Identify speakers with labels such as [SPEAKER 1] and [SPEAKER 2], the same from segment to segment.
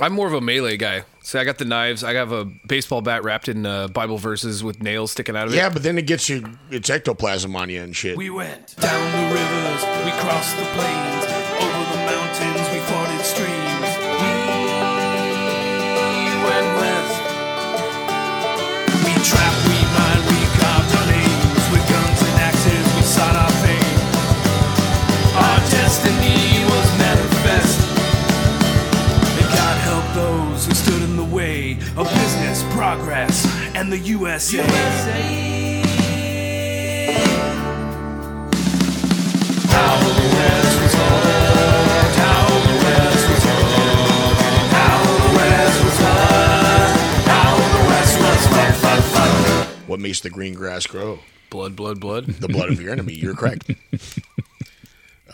[SPEAKER 1] I'm more of a melee guy. So I got the knives. I have a baseball bat wrapped in uh, Bible verses with nails sticking out of it.
[SPEAKER 2] Yeah, but then it gets you it's ectoplasm on you and shit.
[SPEAKER 3] We went down the rivers, we crossed the plains, over the mountains, we forded streams. We went west. We trapped, we mined, we carved our names with guns and axes. We sought our fame. Our destiny was manifest. And God help those who stood in the way of business, progress, and the USA.
[SPEAKER 2] What makes the green grass grow?
[SPEAKER 1] Blood, blood, blood.
[SPEAKER 2] The blood of your enemy. You're correct.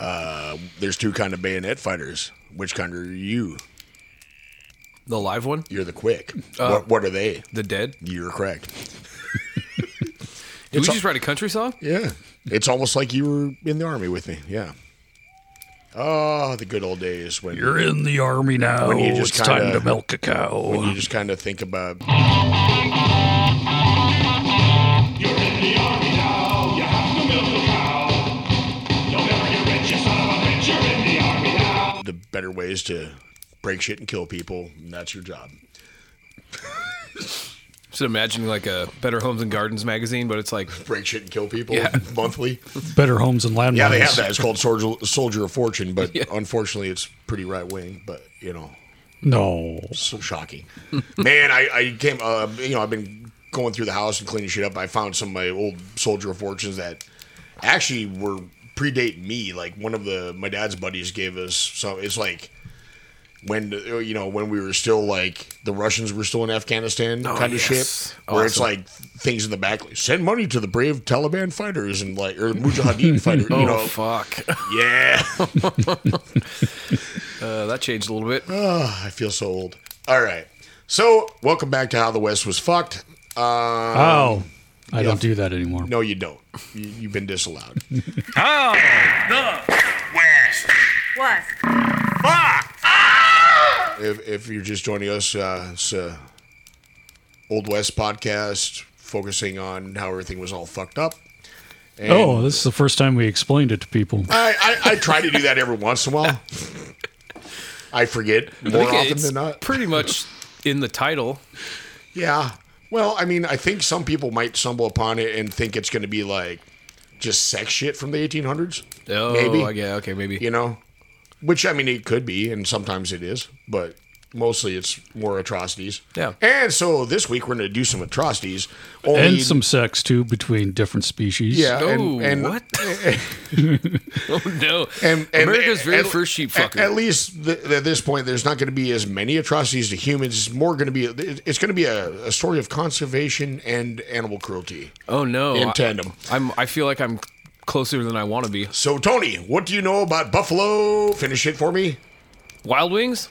[SPEAKER 2] Uh, there's two kind of bayonet fighters. Which kind are you?
[SPEAKER 1] The live one.
[SPEAKER 2] You're the quick. what, what are they?
[SPEAKER 1] The dead.
[SPEAKER 2] You're correct.
[SPEAKER 1] Did we
[SPEAKER 2] It's a-
[SPEAKER 1] just write a country song?
[SPEAKER 2] Yeah. It's almost like you were in the army with me. Yeah. Oh, the good old days when
[SPEAKER 4] You're in the army now.
[SPEAKER 2] When you just
[SPEAKER 4] it's time
[SPEAKER 2] kinda-
[SPEAKER 4] to milk a cow.
[SPEAKER 2] you just kind of think about the better ways to break shit and kill people. And that's your job.
[SPEAKER 1] Just imagining like a Better Homes and Gardens magazine, but it's like
[SPEAKER 2] Break shit and kill people
[SPEAKER 1] Yeah.
[SPEAKER 2] monthly.
[SPEAKER 4] Better homes and landmines.
[SPEAKER 2] Yeah, they have that. It's called Soldier, Soldier of Fortune, but unfortunately, it's pretty right wing. But you know,
[SPEAKER 4] No.
[SPEAKER 2] so shocking. Man, I, I came. Uh, you know, I've been going through the house and cleaning shit up. I found some of my old Soldier of Fortunes that actually were predate me. Like one of the my dad's buddies gave us. So it's like. When uh, you know when we were still like the Russians were still in Afghanistan kind of
[SPEAKER 1] Oh, yes.
[SPEAKER 2] shit, where it's
[SPEAKER 1] Awesome.
[SPEAKER 2] like things in the back like, send money to the brave Taliban fighters and like or Mujahideen fighters,
[SPEAKER 1] oh
[SPEAKER 2] you know,
[SPEAKER 1] fuck,
[SPEAKER 2] yeah.
[SPEAKER 1] uh, that changed a little bit.
[SPEAKER 2] Ah, I feel so old. All right. So, welcome back to How the West Was Fucked. Uh,
[SPEAKER 4] Oh. I don't do that anymore.
[SPEAKER 2] no, you don't. You, you've been disallowed.
[SPEAKER 5] Was.
[SPEAKER 2] if, if you're just joining us, uh, it's a Old West podcast focusing on how everything was all fucked up. And
[SPEAKER 4] Oh, this is the first time we explained it to people.
[SPEAKER 2] I, I, I try to do that every once in a while. I forget more
[SPEAKER 1] I think
[SPEAKER 2] often
[SPEAKER 1] it's
[SPEAKER 2] than not.
[SPEAKER 1] pretty much in the title.
[SPEAKER 2] Yeah. Well, I mean, I think some people might stumble upon it and think it's going to be like just sex shit from the 1800s.
[SPEAKER 1] Oh,
[SPEAKER 2] Maybe.
[SPEAKER 1] I- yeah, okay, maybe.
[SPEAKER 2] you know which i mean it could be and sometimes it is but mostly it's more atrocities
[SPEAKER 1] Yeah.
[SPEAKER 2] and so this week we're going to do some atrocities only
[SPEAKER 4] And some sex, too, between different species.
[SPEAKER 2] yeah
[SPEAKER 1] Oh,
[SPEAKER 2] and, and
[SPEAKER 1] what? oh no!
[SPEAKER 2] and, and
[SPEAKER 1] America's very
[SPEAKER 2] at-
[SPEAKER 1] first sheep
[SPEAKER 2] at,
[SPEAKER 1] fucker.
[SPEAKER 2] at least th- at this point there's not going to be as many atrocities to humans it's more going to be it- it's going to be a, a story of conservation and animal cruelty
[SPEAKER 1] oh no!
[SPEAKER 2] in
[SPEAKER 1] I-
[SPEAKER 2] tandem
[SPEAKER 1] I'm. I feel like I'm closer than I want to be.
[SPEAKER 2] so tony what do you know about buffalo finish it for me
[SPEAKER 1] Wild Wings.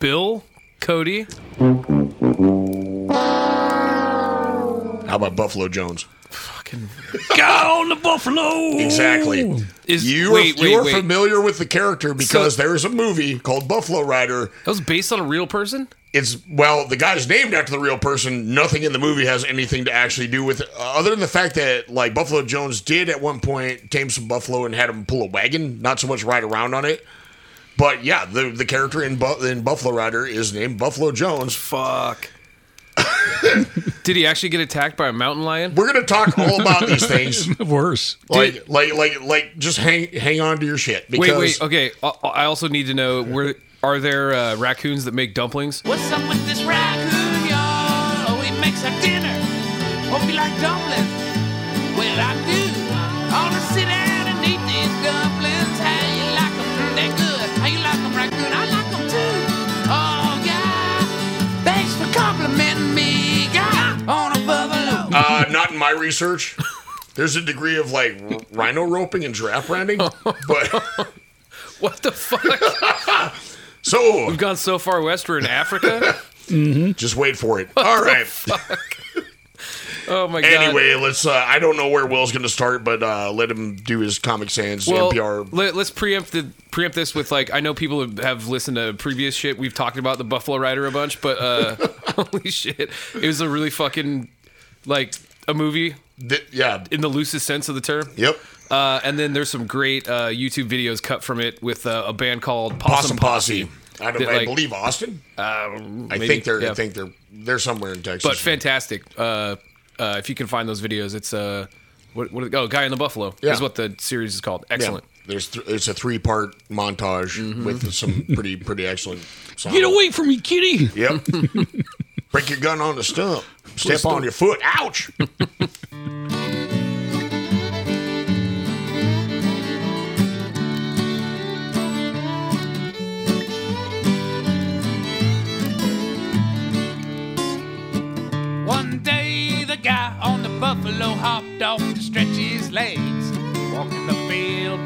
[SPEAKER 1] Bill, Cody,
[SPEAKER 2] how about buffalo jones
[SPEAKER 1] fucking
[SPEAKER 4] Cow on the buffalo.
[SPEAKER 2] Exactly.
[SPEAKER 1] Is-
[SPEAKER 2] you
[SPEAKER 1] wait,
[SPEAKER 2] are, you
[SPEAKER 1] wait,
[SPEAKER 2] are
[SPEAKER 1] wait.
[SPEAKER 2] familiar with the character because
[SPEAKER 1] So-
[SPEAKER 2] there is a movie called Buffalo Rider.
[SPEAKER 1] That was based on a real person?
[SPEAKER 2] It's well, the guy's named after the real person. Nothing in the movie has anything to actually do with, other than the fact that like Buffalo Jones did at one point tame some buffalo and had him pull a wagon, not so much ride around on it. But yeah, the the character in Bu- in Buffalo Rider is named Buffalo Jones.
[SPEAKER 1] Fuck. Did he actually get attacked by a mountain lion?
[SPEAKER 2] We're gonna talk all about these things.
[SPEAKER 4] Worse.
[SPEAKER 2] Like, like, like, like, just hang, hang on to your shit. Because
[SPEAKER 1] Wait, wait. Okay. I, I also need to know where are there uh, raccoons that make dumplings?
[SPEAKER 3] What's up with this raccoon, y'all? Oh, he makes our dinner. Hope you like dumplings. Well, I do. I wanna sit down and eat these dumplings. How you like 'em? Mm, they're good. How you like 'em, raccoon? I like 'em too. Oh, yeah. Thanks for complimenting me, guy, on a buffalo.
[SPEAKER 2] Uh, not in my research. There's a degree of like r- rhino roping and giraffe riding, but
[SPEAKER 1] What the fuck?
[SPEAKER 2] so
[SPEAKER 1] We've gone so far west, we're in Africa.
[SPEAKER 2] just wait for it. All right,
[SPEAKER 1] Oh my god.
[SPEAKER 2] Anyway, let's. Uh, I don't know where Will's going to start, but uh, let him do his Comic Sans
[SPEAKER 1] Well,
[SPEAKER 2] NPR.
[SPEAKER 1] Let, us preempt the, preempt this with like I know people have- have listened to previous shit. We've talked about the Buffalo Rider a bunch, but uh, holy shit, it was a really fucking like a movie
[SPEAKER 2] Th- yeah.
[SPEAKER 1] in the loosest sense of the term.
[SPEAKER 2] Yep.
[SPEAKER 1] Uh, and then there's some great uh, YouTube videos cut from it with uh, a band called Possum,
[SPEAKER 2] Possum
[SPEAKER 1] Posse.
[SPEAKER 2] Posse. I, don't,
[SPEAKER 1] That,
[SPEAKER 2] I
[SPEAKER 1] like- uh,
[SPEAKER 2] believe Austin. I
[SPEAKER 1] maybe,
[SPEAKER 2] think they're.
[SPEAKER 1] yeah.
[SPEAKER 2] I think they're. They're somewhere in Texas.
[SPEAKER 1] But fantastic. Uh, uh, if you can find those videos, it's uh, what, what are they- oh, Guy in the Buffalo
[SPEAKER 2] Yeah.
[SPEAKER 1] is what the series is called.
[SPEAKER 2] Yeah.
[SPEAKER 1] Excellent. Mm-hmm.
[SPEAKER 2] There's th- it's a three part montage with some pretty pretty excellent. Songs.
[SPEAKER 4] Get away from me, kitty!
[SPEAKER 2] Yep. Break your gun on the stump. Step on your foot. Ouch.
[SPEAKER 3] One day the guy on the buffalo hopped off to stretch his legs, walk in the field.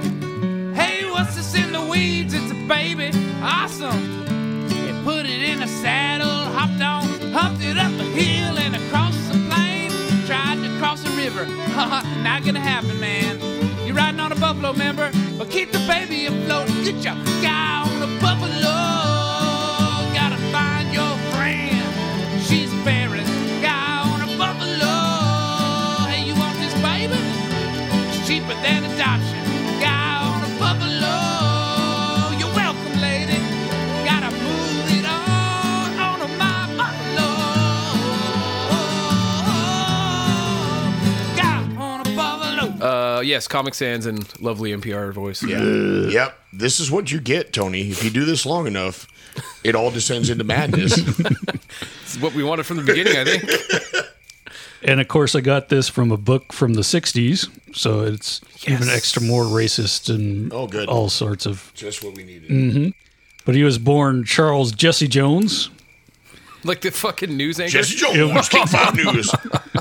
[SPEAKER 3] Hey, what's this in the weeds? It's a baby. Awesome. He put it in a saddle, hopped on, humped it up a hill and across the plain. Tried to cross a river. Not gonna happen, man. You're riding on a buffalo, member, but keep the baby afloat. Get your guy on the buffalo. Gotta find your friend. She's bearing guy on a buffalo. Hey, you want this baby? It's cheaper than adoption. Guy on a buffalo. You're welcome, lady. Gotta move it on, on to my buffalo. Guy on a buffalo.
[SPEAKER 1] Uh, yes, Comic Sans and lovely NPR voice.
[SPEAKER 2] Yeah. yep. This is what you get, Tony. If you do this long enough, it all descends into madness.
[SPEAKER 1] It's what we wanted from the beginning, I think.
[SPEAKER 4] And of course, I got this from a book from the 60s, so it's even extra more racist and
[SPEAKER 2] Oh, good.
[SPEAKER 4] all sorts of.
[SPEAKER 2] Just what we needed.
[SPEAKER 4] But he was born Charles Jesse Jones.
[SPEAKER 1] Like the fucking news anchor.
[SPEAKER 2] Jesse Jones, King Five News.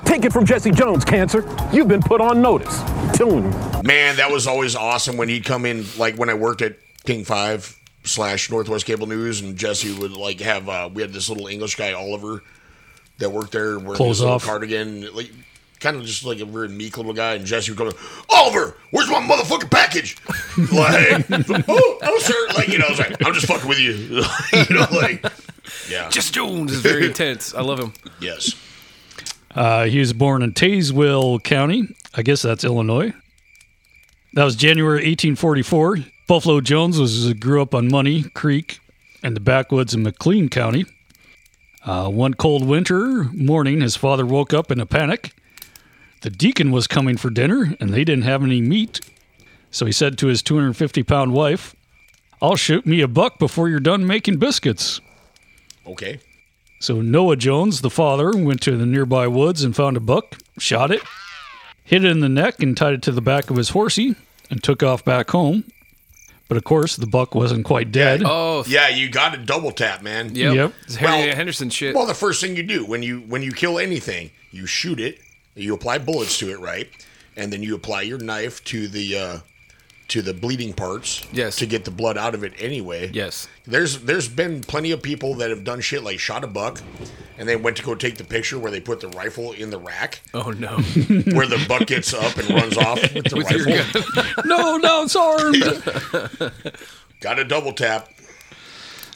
[SPEAKER 6] Take it from Jesse Jones, Cancer. You've been put on notice. Tune.
[SPEAKER 2] Man, that was always awesome when he'd come in, like when I worked at King Five slash Northwest Cable News, and Jesse would like have uh, we had this little English guy Oliver that worked there wearing
[SPEAKER 4] Clothes
[SPEAKER 2] this little
[SPEAKER 4] off.
[SPEAKER 2] cardigan, like kind of just like a very meek little guy, and Jesse would go, Oliver, where's my motherfucking package? Like, oh, oh, sir, like you know, I was like, I'm just fucking with you, you know, like, yeah,
[SPEAKER 1] Jesse Jones is very intense. I love him.
[SPEAKER 2] yes,
[SPEAKER 4] Uh, he was born in Tazewell County. I guess that's Illinois. That was January 1844. Buffalo Jones was grew up on Money Creek in the backwoods of McLean County. Uh, one cold winter morning, his father woke up in a panic. The deacon was coming for dinner, and they didn't have any meat. So he said to his 250 pound wife, I'll shoot me a buck before you're done making biscuits.
[SPEAKER 2] okay,
[SPEAKER 4] So Noah Jones, the father, went to the nearby woods and found a buck, shot it, hit it in the neck, and tied it to the back of his horsey, and took off back home. But of course, the buck wasn't quite dead.
[SPEAKER 1] Oh, yep.
[SPEAKER 2] yeah, you got a double tap, man,
[SPEAKER 1] yep.
[SPEAKER 4] Yep.
[SPEAKER 1] It's Harry
[SPEAKER 2] Well-
[SPEAKER 1] Henderson shit.
[SPEAKER 2] Well, the first thing you do when you when you kill anything, you shoot it, you apply bullets to it, right? And then you apply your knife to the uh, to the bleeding parts,
[SPEAKER 1] Yes.
[SPEAKER 2] to get the blood out of it anyway.
[SPEAKER 1] yes.
[SPEAKER 2] There's there's been plenty of people that have done shit like shot a buck, and they went to go take the picture where they put the rifle in the rack,
[SPEAKER 1] Oh no.
[SPEAKER 2] where the buck gets up and runs off with the
[SPEAKER 1] With your
[SPEAKER 2] rifle.
[SPEAKER 1] gun.
[SPEAKER 2] oh.
[SPEAKER 4] no, no, it's armed.
[SPEAKER 2] Got a double tap.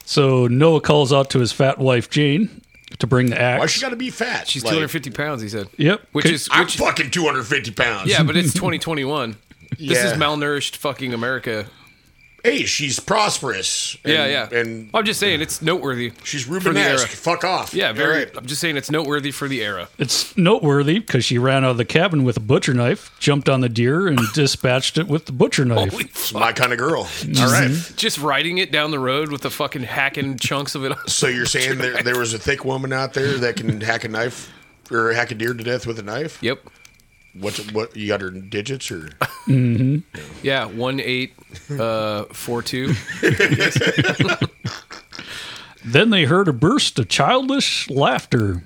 [SPEAKER 4] so Noah calls out to his fat wife Jane to bring the
[SPEAKER 2] Why
[SPEAKER 4] axe.
[SPEAKER 2] she got to be fat?
[SPEAKER 1] She's
[SPEAKER 2] Like,
[SPEAKER 1] 250 pounds. He said.
[SPEAKER 4] Yep.
[SPEAKER 1] Which
[SPEAKER 4] Could-
[SPEAKER 1] is
[SPEAKER 2] I'm
[SPEAKER 1] which,
[SPEAKER 2] fucking 250 pounds.
[SPEAKER 1] yeah, but it's 2021. This is
[SPEAKER 2] Yeah.
[SPEAKER 1] malnourished fucking America.
[SPEAKER 2] Hey, she's prosperous. and-
[SPEAKER 1] yeah, yeah.
[SPEAKER 2] And
[SPEAKER 1] I'm just saying it's noteworthy.
[SPEAKER 2] She's
[SPEAKER 1] for the era.
[SPEAKER 2] Rubenesque. Fuck off.
[SPEAKER 1] Yeah, very.
[SPEAKER 2] All right.
[SPEAKER 1] I'm just saying it's noteworthy for the era.
[SPEAKER 4] It's noteworthy because she ran out of the cabin with a butcher knife, jumped on the deer, and dispatched it with the butcher knife.
[SPEAKER 1] Holy
[SPEAKER 2] It's
[SPEAKER 1] fuck.
[SPEAKER 2] my kind of girl. All right.
[SPEAKER 1] Just riding it down the road with the fucking hacking chunks of it.
[SPEAKER 2] So you're saying there, there was a thick woman out there that can hack a knife or hack a deer to death with a knife?
[SPEAKER 1] yep.
[SPEAKER 2] What's what? You got her digits or?
[SPEAKER 1] Yeah. One eight uh, four two.
[SPEAKER 4] Then they heard a burst of childish laughter.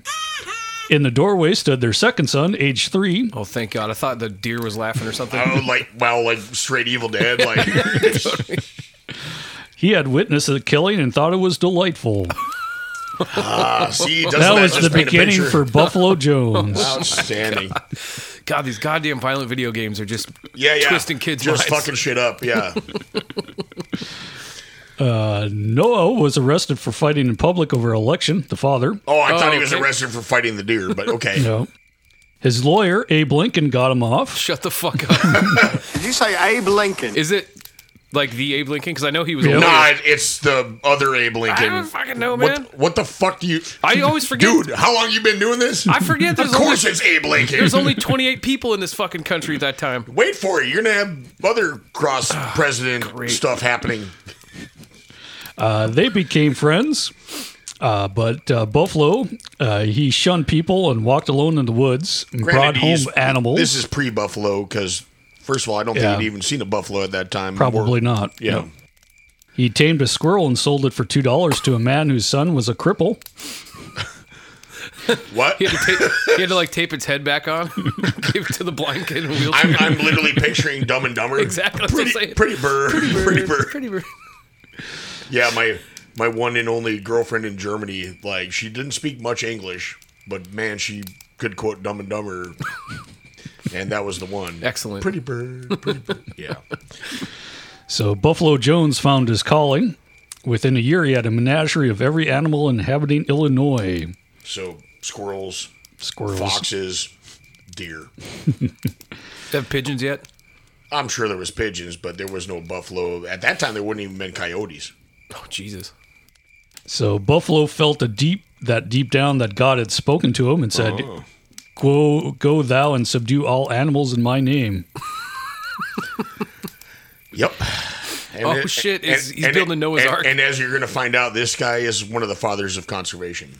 [SPEAKER 4] In the doorway stood their second son, age three.
[SPEAKER 1] Oh, thank God! I thought the deer was laughing or something.
[SPEAKER 2] Oh, like wow, like straight Evil Dead. Like
[SPEAKER 4] He had witnessed the killing and thought it was delightful.
[SPEAKER 2] Ah, see, doesn't
[SPEAKER 4] That
[SPEAKER 2] that
[SPEAKER 4] was
[SPEAKER 2] just
[SPEAKER 4] the
[SPEAKER 2] paint a
[SPEAKER 4] beginning
[SPEAKER 2] picture?
[SPEAKER 4] for Buffalo Jones.
[SPEAKER 2] Outstanding.
[SPEAKER 1] God, these goddamn violent video games are just
[SPEAKER 2] Yeah, yeah.
[SPEAKER 1] twisting kids'
[SPEAKER 2] Just
[SPEAKER 1] minds.
[SPEAKER 2] fucking shit up. Yeah.
[SPEAKER 4] Noah was arrested for fighting in public over election, the father.
[SPEAKER 2] Oh, I thought he was
[SPEAKER 1] okay.
[SPEAKER 2] arrested for fighting the deer, but okay.
[SPEAKER 4] No. His lawyer, Abe Lincoln, got him off.
[SPEAKER 1] Shut the fuck up.
[SPEAKER 7] Did you say Abe Lincoln?
[SPEAKER 1] Is it like the Abe Lincoln? Because I know he was.
[SPEAKER 4] Yeah.
[SPEAKER 1] a
[SPEAKER 2] Nah,
[SPEAKER 1] lawyer.
[SPEAKER 2] it- it's the other Abe
[SPEAKER 1] I
[SPEAKER 2] Lincoln.
[SPEAKER 1] don't fucking know, man.
[SPEAKER 2] What, what the fuck do you,
[SPEAKER 1] I always forget.
[SPEAKER 2] dude? How long you been doing this?
[SPEAKER 1] I forget
[SPEAKER 2] Of
[SPEAKER 1] there's only,
[SPEAKER 2] course, it's Abe Lincoln.
[SPEAKER 1] there's only 28 people in this fucking country at that time.
[SPEAKER 2] Wait for it. You're gonna have other cross
[SPEAKER 1] Ah,
[SPEAKER 2] president stuff happening.
[SPEAKER 4] Uh, they became friends, uh, but uh, Buffalo, uh, he shunned people and walked alone in the woods and brought
[SPEAKER 2] Granted,
[SPEAKER 4] home
[SPEAKER 2] he's-
[SPEAKER 4] animals.
[SPEAKER 2] This is pre Buffalo because, first of all, I don't
[SPEAKER 4] Yeah.
[SPEAKER 2] think he'd even seen a buffalo at that time.
[SPEAKER 4] Probably
[SPEAKER 2] Or-
[SPEAKER 4] not.
[SPEAKER 2] Yeah.
[SPEAKER 4] No. He tamed a squirrel and sold it for $2 to a man whose son was a cripple.
[SPEAKER 2] What?
[SPEAKER 1] He had, to tape, he had to like tape its head back on, give it to the blind kid in a wheelchair.
[SPEAKER 2] I'm, I'm literally picturing Dumb and Dumber.
[SPEAKER 1] Exactly, that's what I'm
[SPEAKER 2] Pretty,
[SPEAKER 1] saying.
[SPEAKER 2] pretty bird. Pretty bird.
[SPEAKER 1] Pretty bird.
[SPEAKER 2] Yeah, my my one and only girlfriend in Germany, like she didn't speak much English, but man, she could quote Dumb and Dumber, and that was the one.
[SPEAKER 1] Excellent.
[SPEAKER 2] Pretty bird. Pretty bird. Yeah.
[SPEAKER 4] So Buffalo Jones found his calling. Within a year, he had a menagerie of every animal inhabiting Illinois.
[SPEAKER 2] So squirrels,
[SPEAKER 4] Squirrels.
[SPEAKER 2] foxes, deer.
[SPEAKER 1] Have pigeons yet?
[SPEAKER 2] I'm sure there was pigeons, but there was no buffalo at that time. There wouldn't even been coyotes.
[SPEAKER 1] Oh Jesus!
[SPEAKER 4] So Buffalo felt a deep that deep down that God had spoken to him and said, "Go, go thou and subdue all animals in my name."
[SPEAKER 2] Yep. And
[SPEAKER 1] Oh, shit, is- he's building a Noah's
[SPEAKER 2] and-
[SPEAKER 1] Ark.
[SPEAKER 2] And as you're going to find out, this guy is one of the fathers of conservation.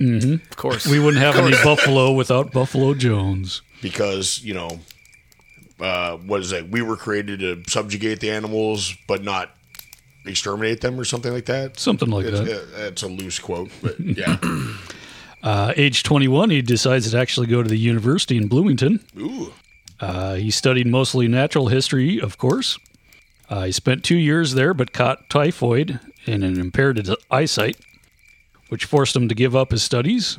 [SPEAKER 1] Of course.
[SPEAKER 4] We wouldn't have any buffalo without Buffalo Jones.
[SPEAKER 2] because you know uh, what is it? We were created to subjugate the animals, but not exterminate them, or something like that.
[SPEAKER 4] Something like
[SPEAKER 2] It's,
[SPEAKER 4] that.
[SPEAKER 2] uh, that's a loose quote, but yeah.
[SPEAKER 4] Uh, age 21, he decides to actually go to the university in Bloomington.
[SPEAKER 2] Ooh,
[SPEAKER 4] Uh, he studied mostly natural history, of course. Uh, he spent two years there, but caught typhoid and an impaired his eyesight, which forced him to give up his studies.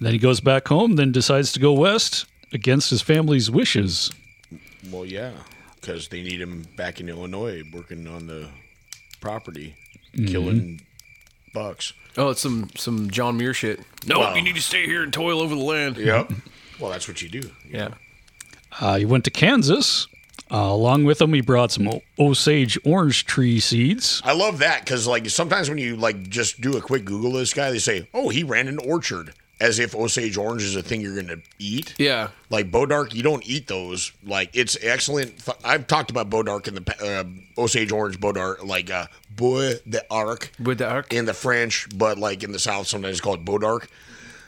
[SPEAKER 4] Then he goes back home, then decides to go west against his family's wishes.
[SPEAKER 2] well, yeah, because they need him back in Illinois working on the property, killing bucks.
[SPEAKER 1] Oh, it's some some John Muir shit. No,
[SPEAKER 2] Wow.
[SPEAKER 1] you need to stay here and toil over the land.
[SPEAKER 2] Yep. well, that's what you do.
[SPEAKER 1] Yeah.
[SPEAKER 4] Uh, he went to Kansas. Uh, along with him, he brought some O- Osage orange tree seeds.
[SPEAKER 2] I love that because like sometimes when you like just do a quick Google of this guy, they say, "Oh, he ran an orchard," as if Osage orange is a thing you're going to eat.
[SPEAKER 1] Yeah.
[SPEAKER 2] Like Bodark, you don't eat those. Like it's excellent. fu- I've talked about Bodark in the pa- uh, Osage Orange Bodark, like uh, Boy the Arc
[SPEAKER 1] With the arc.
[SPEAKER 2] in the French, but like in the South, sometimes it's called Bodark.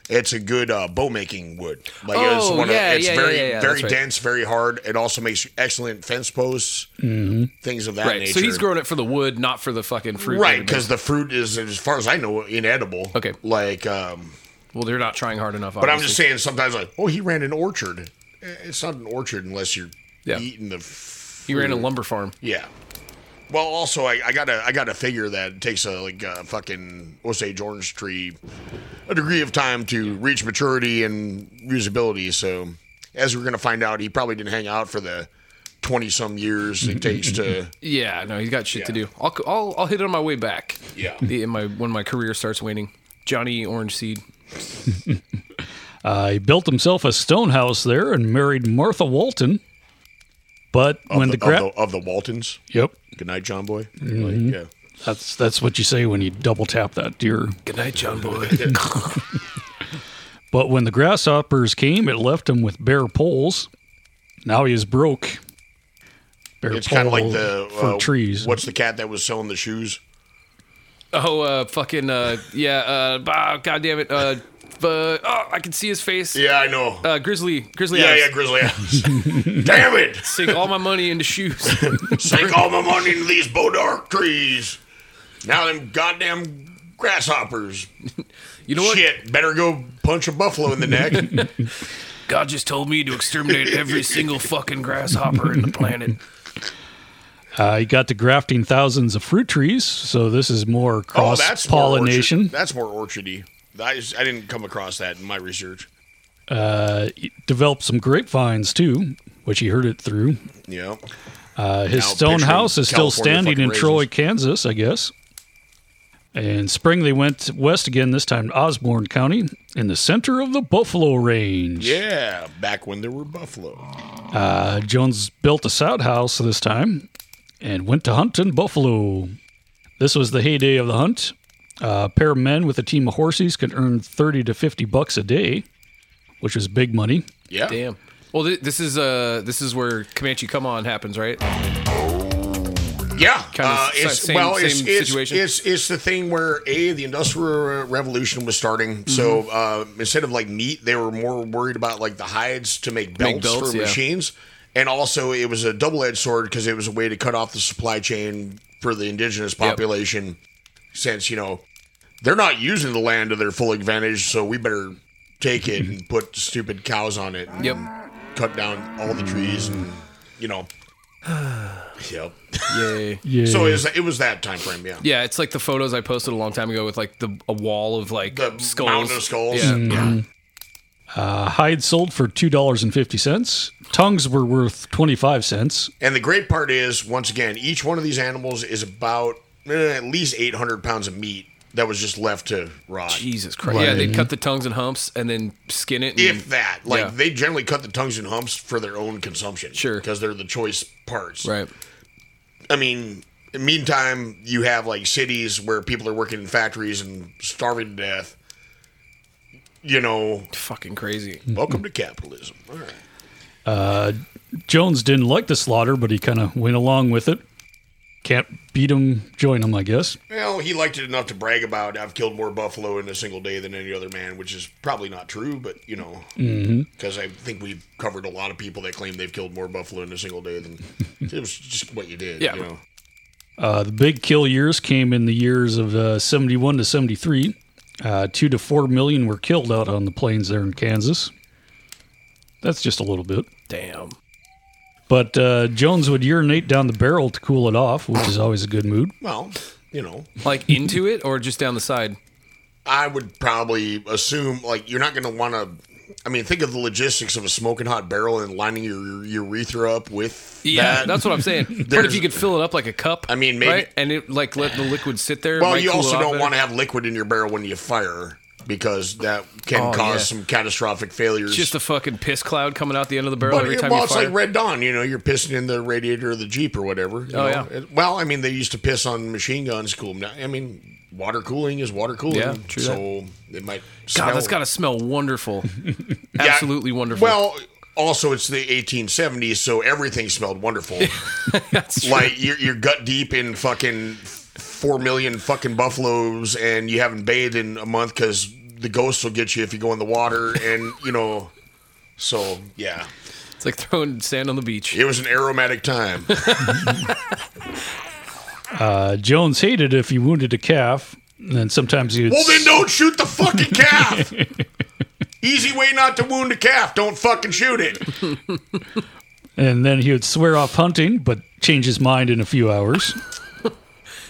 [SPEAKER 2] It's a good uh, bow making wood. Like it's
[SPEAKER 1] Oh,
[SPEAKER 2] one
[SPEAKER 1] yeah,
[SPEAKER 2] of, it's
[SPEAKER 1] yeah,
[SPEAKER 2] very
[SPEAKER 1] yeah, yeah, yeah,
[SPEAKER 2] very
[SPEAKER 1] that's right.
[SPEAKER 2] dense, very hard. It also makes excellent fence posts, things of that
[SPEAKER 1] Right.
[SPEAKER 2] nature.
[SPEAKER 1] So he's growing it for the wood, not for the fucking fruit.
[SPEAKER 2] Right,
[SPEAKER 1] database.
[SPEAKER 2] because the fruit is, as far as I know, inedible.
[SPEAKER 1] Okay.
[SPEAKER 2] Like, um,
[SPEAKER 1] well, they're not trying hard enough.
[SPEAKER 2] but I'm just saying, sometimes like, oh, he ran an orchard. Eh, It's not an orchard unless you're
[SPEAKER 1] Yeah.
[SPEAKER 2] eating the. F-
[SPEAKER 1] he ran a lumber farm.
[SPEAKER 2] yeah. Well, also, I, I gotta, I gotta figure that it takes a like a fucking Osage orange tree, a degree of time to reach maturity and usability. So, as we're gonna find out, he probably didn't hang out for the twenty some years it takes to.
[SPEAKER 1] Yeah. No, he's got shit to
[SPEAKER 2] Yeah.
[SPEAKER 1] do. I'll, I'll I'll hit it on my way back.
[SPEAKER 2] Yeah.
[SPEAKER 1] The- In my when my career starts waning. Johnny Orange Seed.
[SPEAKER 4] Uh, he built himself a stone house there and married Martha Walton. But when
[SPEAKER 2] of
[SPEAKER 4] the,
[SPEAKER 2] the,
[SPEAKER 4] gra-
[SPEAKER 2] of the, of the Waltons.
[SPEAKER 4] yep,
[SPEAKER 2] Good night, John Boy.
[SPEAKER 4] Mm-hmm.
[SPEAKER 2] Like, yeah.
[SPEAKER 4] That's that's what you say when you double tap that deer.
[SPEAKER 1] Good night, John Boy.
[SPEAKER 4] But when the grasshoppers came, it left him with bare poles. Now he is broke. Bare
[SPEAKER 2] It's kind of like
[SPEAKER 4] pole
[SPEAKER 2] the
[SPEAKER 4] for
[SPEAKER 2] uh,
[SPEAKER 4] trees.
[SPEAKER 2] What's the cat that was selling the shoes?
[SPEAKER 1] Oh, uh, fucking, uh, yeah, uh, bah, God damn it. Uh, but, oh, I can see his face.
[SPEAKER 2] Yeah, I know.
[SPEAKER 1] Uh, Grizzly, Grizzly
[SPEAKER 2] yeah,
[SPEAKER 1] Adams.
[SPEAKER 2] yeah, Grizzly Adams. Damn it!
[SPEAKER 1] Sink all my money into shoes.
[SPEAKER 2] Sink all my money into these bodark trees. Now them goddamn grasshoppers.
[SPEAKER 1] You know what?
[SPEAKER 2] Shit, better go punch a buffalo in the neck.
[SPEAKER 1] God just told me to exterminate every single fucking grasshopper in the planet.
[SPEAKER 4] Uh, he got to grafting thousands of fruit trees, so this is more
[SPEAKER 2] Oh,
[SPEAKER 4] cross
[SPEAKER 2] that's more
[SPEAKER 4] pollination.
[SPEAKER 2] orchard- That's more orchardy. I, just- I didn't come across that in my research.
[SPEAKER 4] Uh, Developed some grapevines too, which he hearded through.
[SPEAKER 2] Yeah.
[SPEAKER 4] Uh, his
[SPEAKER 2] Now
[SPEAKER 4] stone
[SPEAKER 2] picturing
[SPEAKER 4] house is still
[SPEAKER 2] California
[SPEAKER 4] standing in
[SPEAKER 2] fucking
[SPEAKER 4] Troy,
[SPEAKER 2] raisins.
[SPEAKER 4] Kansas, I guess. In spring, they went west again, this time to Osborne County, in the center of the Buffalo Range.
[SPEAKER 2] Yeah. Back when there were buffalo.
[SPEAKER 4] Uh, Jones built a sod house this time and went to hunt in Buffalo. This was the heyday of the hunt. Uh, a pair of men with a team of horses could earn 30 to 50 bucks a day, which was big money.
[SPEAKER 2] Yeah.
[SPEAKER 1] Damn. Well, thi- this is uh, this is where Comanche Come On happens, right?
[SPEAKER 2] Yeah,
[SPEAKER 1] Kinda
[SPEAKER 2] uh,
[SPEAKER 1] s-
[SPEAKER 2] it's,
[SPEAKER 1] same-
[SPEAKER 2] well, it's,
[SPEAKER 1] same
[SPEAKER 2] it's,
[SPEAKER 1] situation.
[SPEAKER 2] It's, it's the thing where a the industrial revolution was starting,
[SPEAKER 1] Mm-hmm.
[SPEAKER 2] so uh, instead of like meat, they were more worried about like the hides to make belts,
[SPEAKER 1] Make belts,
[SPEAKER 2] for
[SPEAKER 1] yeah.
[SPEAKER 2] machines, and also it was a double edged sword because it was a way to cut off the supply chain for the indigenous population, since you know they're not using the land to their full advantage, so we better take it and put stupid cows on it. and
[SPEAKER 1] Yep.
[SPEAKER 2] cut down all the trees and you know. Yep.
[SPEAKER 1] Yay.
[SPEAKER 4] Yeah.
[SPEAKER 2] So it was, it was that time frame, yeah.
[SPEAKER 1] Yeah, it's like the photos I posted a long time ago with like the a wall of like
[SPEAKER 2] The
[SPEAKER 1] skulls.
[SPEAKER 2] mountain of skulls.
[SPEAKER 1] Yeah.
[SPEAKER 4] uh, hide sold for $2.50. Tongues were worth 25 cents.
[SPEAKER 2] And the great part is, once again, each one of these animals is about eh, at least 800 pounds of meat that was just left to rot.
[SPEAKER 1] Jesus Christ. Yeah, they cut the tongues and humps and then skin it. And,
[SPEAKER 2] If that, like
[SPEAKER 1] Yeah.
[SPEAKER 2] they generally cut the tongues and humps for their own consumption,
[SPEAKER 1] Sure.
[SPEAKER 2] because they're the choice parts.
[SPEAKER 1] Right.
[SPEAKER 2] I mean, in meantime, you have like cities where people are working in factories and starving to death. You know,
[SPEAKER 1] Fucking crazy.
[SPEAKER 2] welcome to capitalism. All right.
[SPEAKER 4] Jones didn't like the slaughter, but he kind of went along with it. Can't beat 'em, join 'em, I guess.
[SPEAKER 2] Well, he liked it enough to brag about I've killed more buffalo in a single day than any other man, which is probably not true, but you know,
[SPEAKER 1] Mm-hmm.
[SPEAKER 2] because I think we've covered a lot of people that claim they've killed more buffalo in a single day than it was just what you did.
[SPEAKER 1] Yeah.
[SPEAKER 2] you know?
[SPEAKER 4] Uh, the big kill years came in the years of uh, 71 to 73. Uh, two to four million were killed out on the plains there in Kansas. That's just a little bit.
[SPEAKER 1] Damn.
[SPEAKER 4] But uh, Jones would urinate down the barrel to cool it off, which is always a good mood.
[SPEAKER 2] Well, you know,
[SPEAKER 1] Like into it or just down the side?
[SPEAKER 2] I would probably assume like you're not going to want to. I mean, think of the logistics of a smoking hot barrel and lining your, your urethra up with
[SPEAKER 1] Yeah,
[SPEAKER 2] that.
[SPEAKER 1] that's what I'm saying. but if
[SPEAKER 2] There's-
[SPEAKER 1] you could fill it up like a cup,
[SPEAKER 2] I mean, maybe-
[SPEAKER 1] and it like let the liquid sit there. it
[SPEAKER 2] Well,
[SPEAKER 1] might
[SPEAKER 2] you
[SPEAKER 1] cool
[SPEAKER 2] also
[SPEAKER 1] off
[SPEAKER 2] don't
[SPEAKER 1] better.
[SPEAKER 2] want to have liquid in your barrel when you fire because that can
[SPEAKER 1] Oh,
[SPEAKER 2] cause
[SPEAKER 1] yeah.
[SPEAKER 2] some catastrophic failures.
[SPEAKER 1] It's just a fucking piss cloud coming out the end of the barrel
[SPEAKER 2] But
[SPEAKER 1] every
[SPEAKER 2] it-
[SPEAKER 1] time
[SPEAKER 2] well,
[SPEAKER 1] you
[SPEAKER 2] it's
[SPEAKER 1] fire.
[SPEAKER 2] like Red Dawn. You know, you're pissing in the radiator of the Jeep or whatever. you
[SPEAKER 1] Oh,
[SPEAKER 2] know.
[SPEAKER 1] yeah.
[SPEAKER 2] It- well, I mean, they used to piss on machine guns. Cool. Now, I mean, water cooling is water cooling.
[SPEAKER 1] Yeah, true
[SPEAKER 2] So it might.
[SPEAKER 1] God,
[SPEAKER 2] smell.
[SPEAKER 1] that's got to smell wonderful.
[SPEAKER 2] Yeah.
[SPEAKER 1] Absolutely wonderful.
[SPEAKER 2] Well, also it's the 1870s, so everything smelled wonderful.
[SPEAKER 1] that's true.
[SPEAKER 2] like you're, you're gut deep in fucking four million fucking buffaloes, and you haven't bathed in a month because the ghosts will get you if you go in the water, and you know. So yeah,
[SPEAKER 1] it's like throwing sand on the beach.
[SPEAKER 2] it was an aromatic time.
[SPEAKER 4] Uh, Jones hated if he wounded a calf, and sometimes he would.
[SPEAKER 2] Well, then don't shoot the fucking calf. Easy way not to wound a calf. Don't fucking shoot it.
[SPEAKER 4] And then he would swear off hunting, but change his mind in a few hours.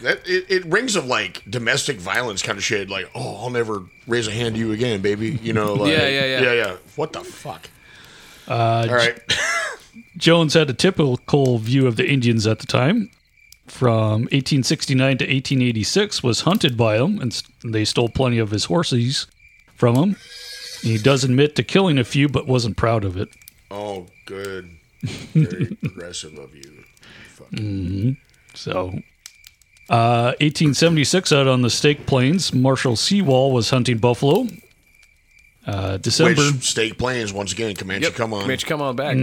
[SPEAKER 2] That it, it rings of like domestic violence kind of shit. Like, oh, I'll never raise a hand to you again, baby. You know, like,
[SPEAKER 1] Yeah, yeah, yeah.
[SPEAKER 2] yeah, yeah. What the fuck? Uh, All right,
[SPEAKER 4] Jones had a typical view of the Indians at the time. From 1869 to 1886, was hunted by them, and s- they stole plenty of his horses from him. He does admit to killing a few, but wasn't proud of it.
[SPEAKER 2] Oh, good. Very progressive of you.
[SPEAKER 4] So, uh, 1876, out on the Stake Plains, Marshal Sewall was hunting buffalo. Uh,
[SPEAKER 2] Which
[SPEAKER 4] December,
[SPEAKER 2] steak plains once again, Comanche.
[SPEAKER 1] Yep.
[SPEAKER 2] Come on.
[SPEAKER 1] Mitch, come on back.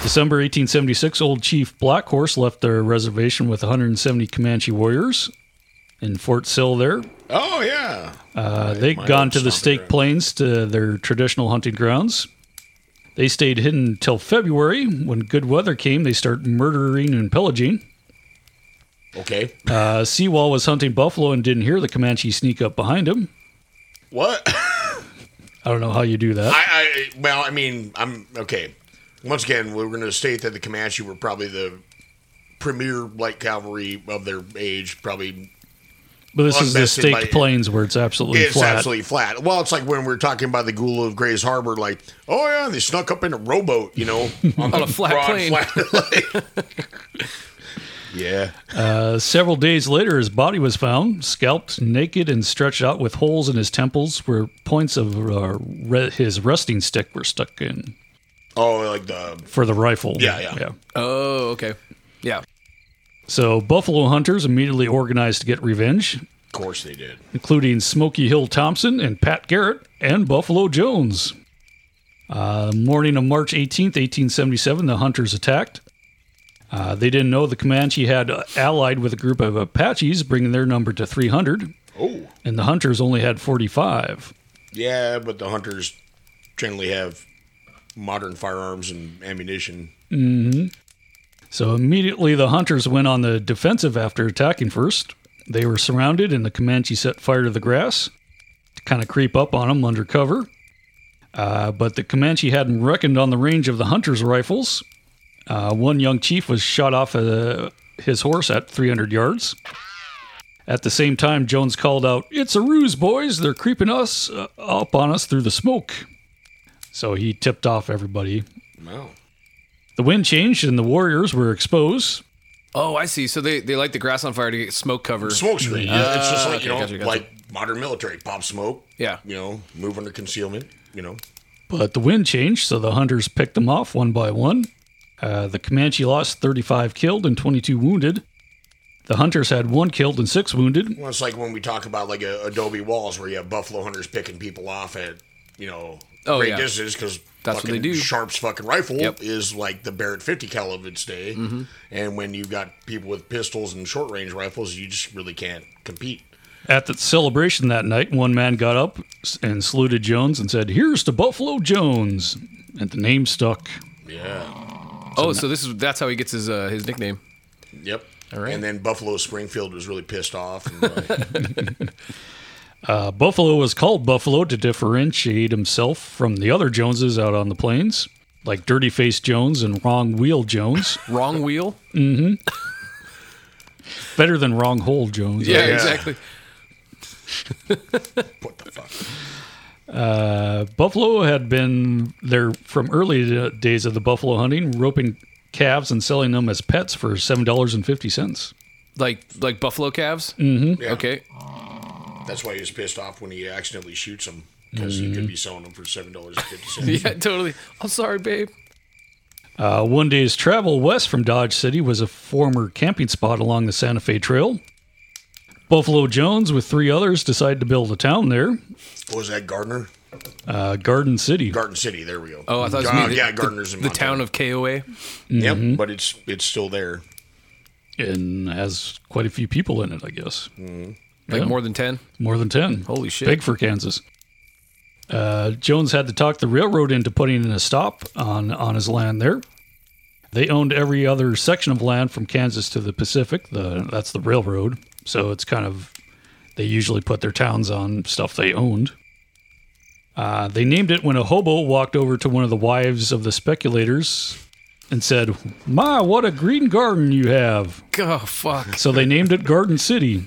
[SPEAKER 4] December 1876, Old Chief Black Horse left their reservation with 170 Comanche warriors in Fort Sill there.
[SPEAKER 2] Oh yeah.
[SPEAKER 4] Uh, they'd gone to the
[SPEAKER 2] old stomping
[SPEAKER 4] stake
[SPEAKER 2] ground.
[SPEAKER 4] plains to their traditional hunting grounds. They stayed hidden till February. When good weather came, they started murdering and pillaging.
[SPEAKER 2] Okay.
[SPEAKER 4] Uh, Seawall was hunting buffalo and didn't hear the Comanche sneak up behind him.
[SPEAKER 2] What?
[SPEAKER 4] I don't know how you do
[SPEAKER 2] I,
[SPEAKER 4] that.
[SPEAKER 2] I well, I mean, I'm okay. Once again, we're going to state that the Comanche were probably the premier light cavalry of their age, probably
[SPEAKER 4] But this is the
[SPEAKER 2] Unmessed by-
[SPEAKER 4] staked plains where it's absolutely
[SPEAKER 2] It's
[SPEAKER 4] flat.
[SPEAKER 2] absolutely flat. Well, it's like when we we're talking about the Ghoul of Gray's Harbor, like, oh yeah, they snuck up in a rowboat, you know, on,
[SPEAKER 1] a flat plane.
[SPEAKER 2] yeah,
[SPEAKER 4] Uh, several days later, his body was found, scalped, naked, and stretched out with holes in his temples where points of uh, re- his resting stick were stuck in
[SPEAKER 2] oh, like the
[SPEAKER 4] for the rifle.
[SPEAKER 2] Yeah, yeah.
[SPEAKER 1] Oh, okay. Yeah.
[SPEAKER 4] So buffalo hunters immediately organized to get revenge,
[SPEAKER 2] of course they did.
[SPEAKER 4] including Smoky Hill Thompson and Pat Garrett and Buffalo Jones. Uh, morning of March 18th, 1877, the hunters attacked. Uh, they didn't know the Comanche had uh, allied with a group of Apaches, bringing their number to 300,
[SPEAKER 2] Oh,
[SPEAKER 4] and the hunters only had 45.
[SPEAKER 2] yeah, but the hunters generally have modern firearms and ammunition.
[SPEAKER 4] So immediately the hunters went on the defensive after attacking first. They were surrounded, and the Comanche set fire to the grass to kind of creep up on them under cover. Uh, but the Comanche hadn't reckoned on the range of the hunters' rifles. Uh, one young chief was shot off uh, his horse at 300 yards. At the same time, Jones called out, "It's a ruse, boys! They're creeping us uh, up on us through the smoke." So he tipped off everybody.
[SPEAKER 2] Wow.
[SPEAKER 4] The wind changed, and the warriors were exposed.
[SPEAKER 1] Oh, I see. So they, they light the grass on fire to get smoke cover.
[SPEAKER 2] Smoke screen. yeah, it's just like you
[SPEAKER 1] Ah, okay, gotcha,
[SPEAKER 2] know,
[SPEAKER 1] gotcha.
[SPEAKER 2] like modern military pop smoke.
[SPEAKER 1] Yeah.
[SPEAKER 2] you know, move under concealment. You know,
[SPEAKER 4] But the wind changed, so the hunters picked them off one by one. Uh, the Comanche lost 35 killed and 22 wounded. The hunters had one killed and six wounded.
[SPEAKER 2] well, it's like when we talk about like a, adobe walls where you have buffalo hunters picking people off at you know
[SPEAKER 1] Oh,
[SPEAKER 2] great
[SPEAKER 1] yeah.
[SPEAKER 2] distances because
[SPEAKER 1] That's what
[SPEAKER 2] fucking
[SPEAKER 1] they do.
[SPEAKER 2] Sharp's fucking rifle
[SPEAKER 1] Yep. Mm-hmm.
[SPEAKER 2] is like the Barrett 50 cal of its day, and when you've got people with pistols and short range rifles, you just really can't compete.
[SPEAKER 4] At the celebration that night, one man got up s- and saluted Jones and said, Here's to Buffalo Jones. And the name stuck.
[SPEAKER 2] Yeah.
[SPEAKER 1] oh, so this is that's how he gets his uh, his nickname.
[SPEAKER 2] Yep. All
[SPEAKER 1] right.
[SPEAKER 2] And then Buffalo Springfield was really pissed off. And, like,
[SPEAKER 4] Uh, Buffalo was called Buffalo to differentiate himself from the other Joneses out on the plains, like Dirty Face Jones and Wrong Wheel Jones.
[SPEAKER 1] Wrong wheel.
[SPEAKER 4] Better than Wrong Hole Jones.
[SPEAKER 1] Yeah,
[SPEAKER 2] Yeah.
[SPEAKER 1] exactly.
[SPEAKER 2] what the fuck?
[SPEAKER 4] Buffalo had been there from early days of the buffalo hunting, roping calves and selling them as pets for seven dollars and fifty cents.
[SPEAKER 1] Like like buffalo calves. Mm-hmm.
[SPEAKER 2] Yeah.
[SPEAKER 1] Okay.
[SPEAKER 2] That's why he was pissed off when he accidentally shoots him because he
[SPEAKER 1] Mm-hmm.
[SPEAKER 2] could be selling them for seven dollars and fifty cents.
[SPEAKER 1] Yeah, totally. I'm sorry, babe.
[SPEAKER 4] Uh, one day's travel west from Dodge City was a former camping spot along the Santa Fe Trail. Buffalo Jones, with three others, decided to build a town there,
[SPEAKER 2] What was that, Gardner?
[SPEAKER 4] uh, Garden City.
[SPEAKER 2] Garden City. There we go.
[SPEAKER 1] Oh, I thought it was
[SPEAKER 2] Gar-
[SPEAKER 1] me.
[SPEAKER 2] yeah, Gardner's
[SPEAKER 1] the,
[SPEAKER 2] in
[SPEAKER 1] the town of Mm-hmm. KOA.
[SPEAKER 2] Yep, but it's it's still there.
[SPEAKER 4] and has quite a few people in it, I guess.
[SPEAKER 1] Like
[SPEAKER 4] Yeah.
[SPEAKER 1] more than ten.
[SPEAKER 4] More than 10.
[SPEAKER 1] Holy shit.
[SPEAKER 4] Big for Kansas. Uh, Jones had to talk the railroad into putting in a stop on, on his land there. They owned every other section of land from Kansas to the Pacific. The, that's the railroad. So it's kind of, they usually put their towns on stuff they owned. Uh, they named it when a hobo walked over to one of the wives of the speculators and said, My, what a green garden you have.
[SPEAKER 1] Oh fuck.
[SPEAKER 4] So they named it Garden City.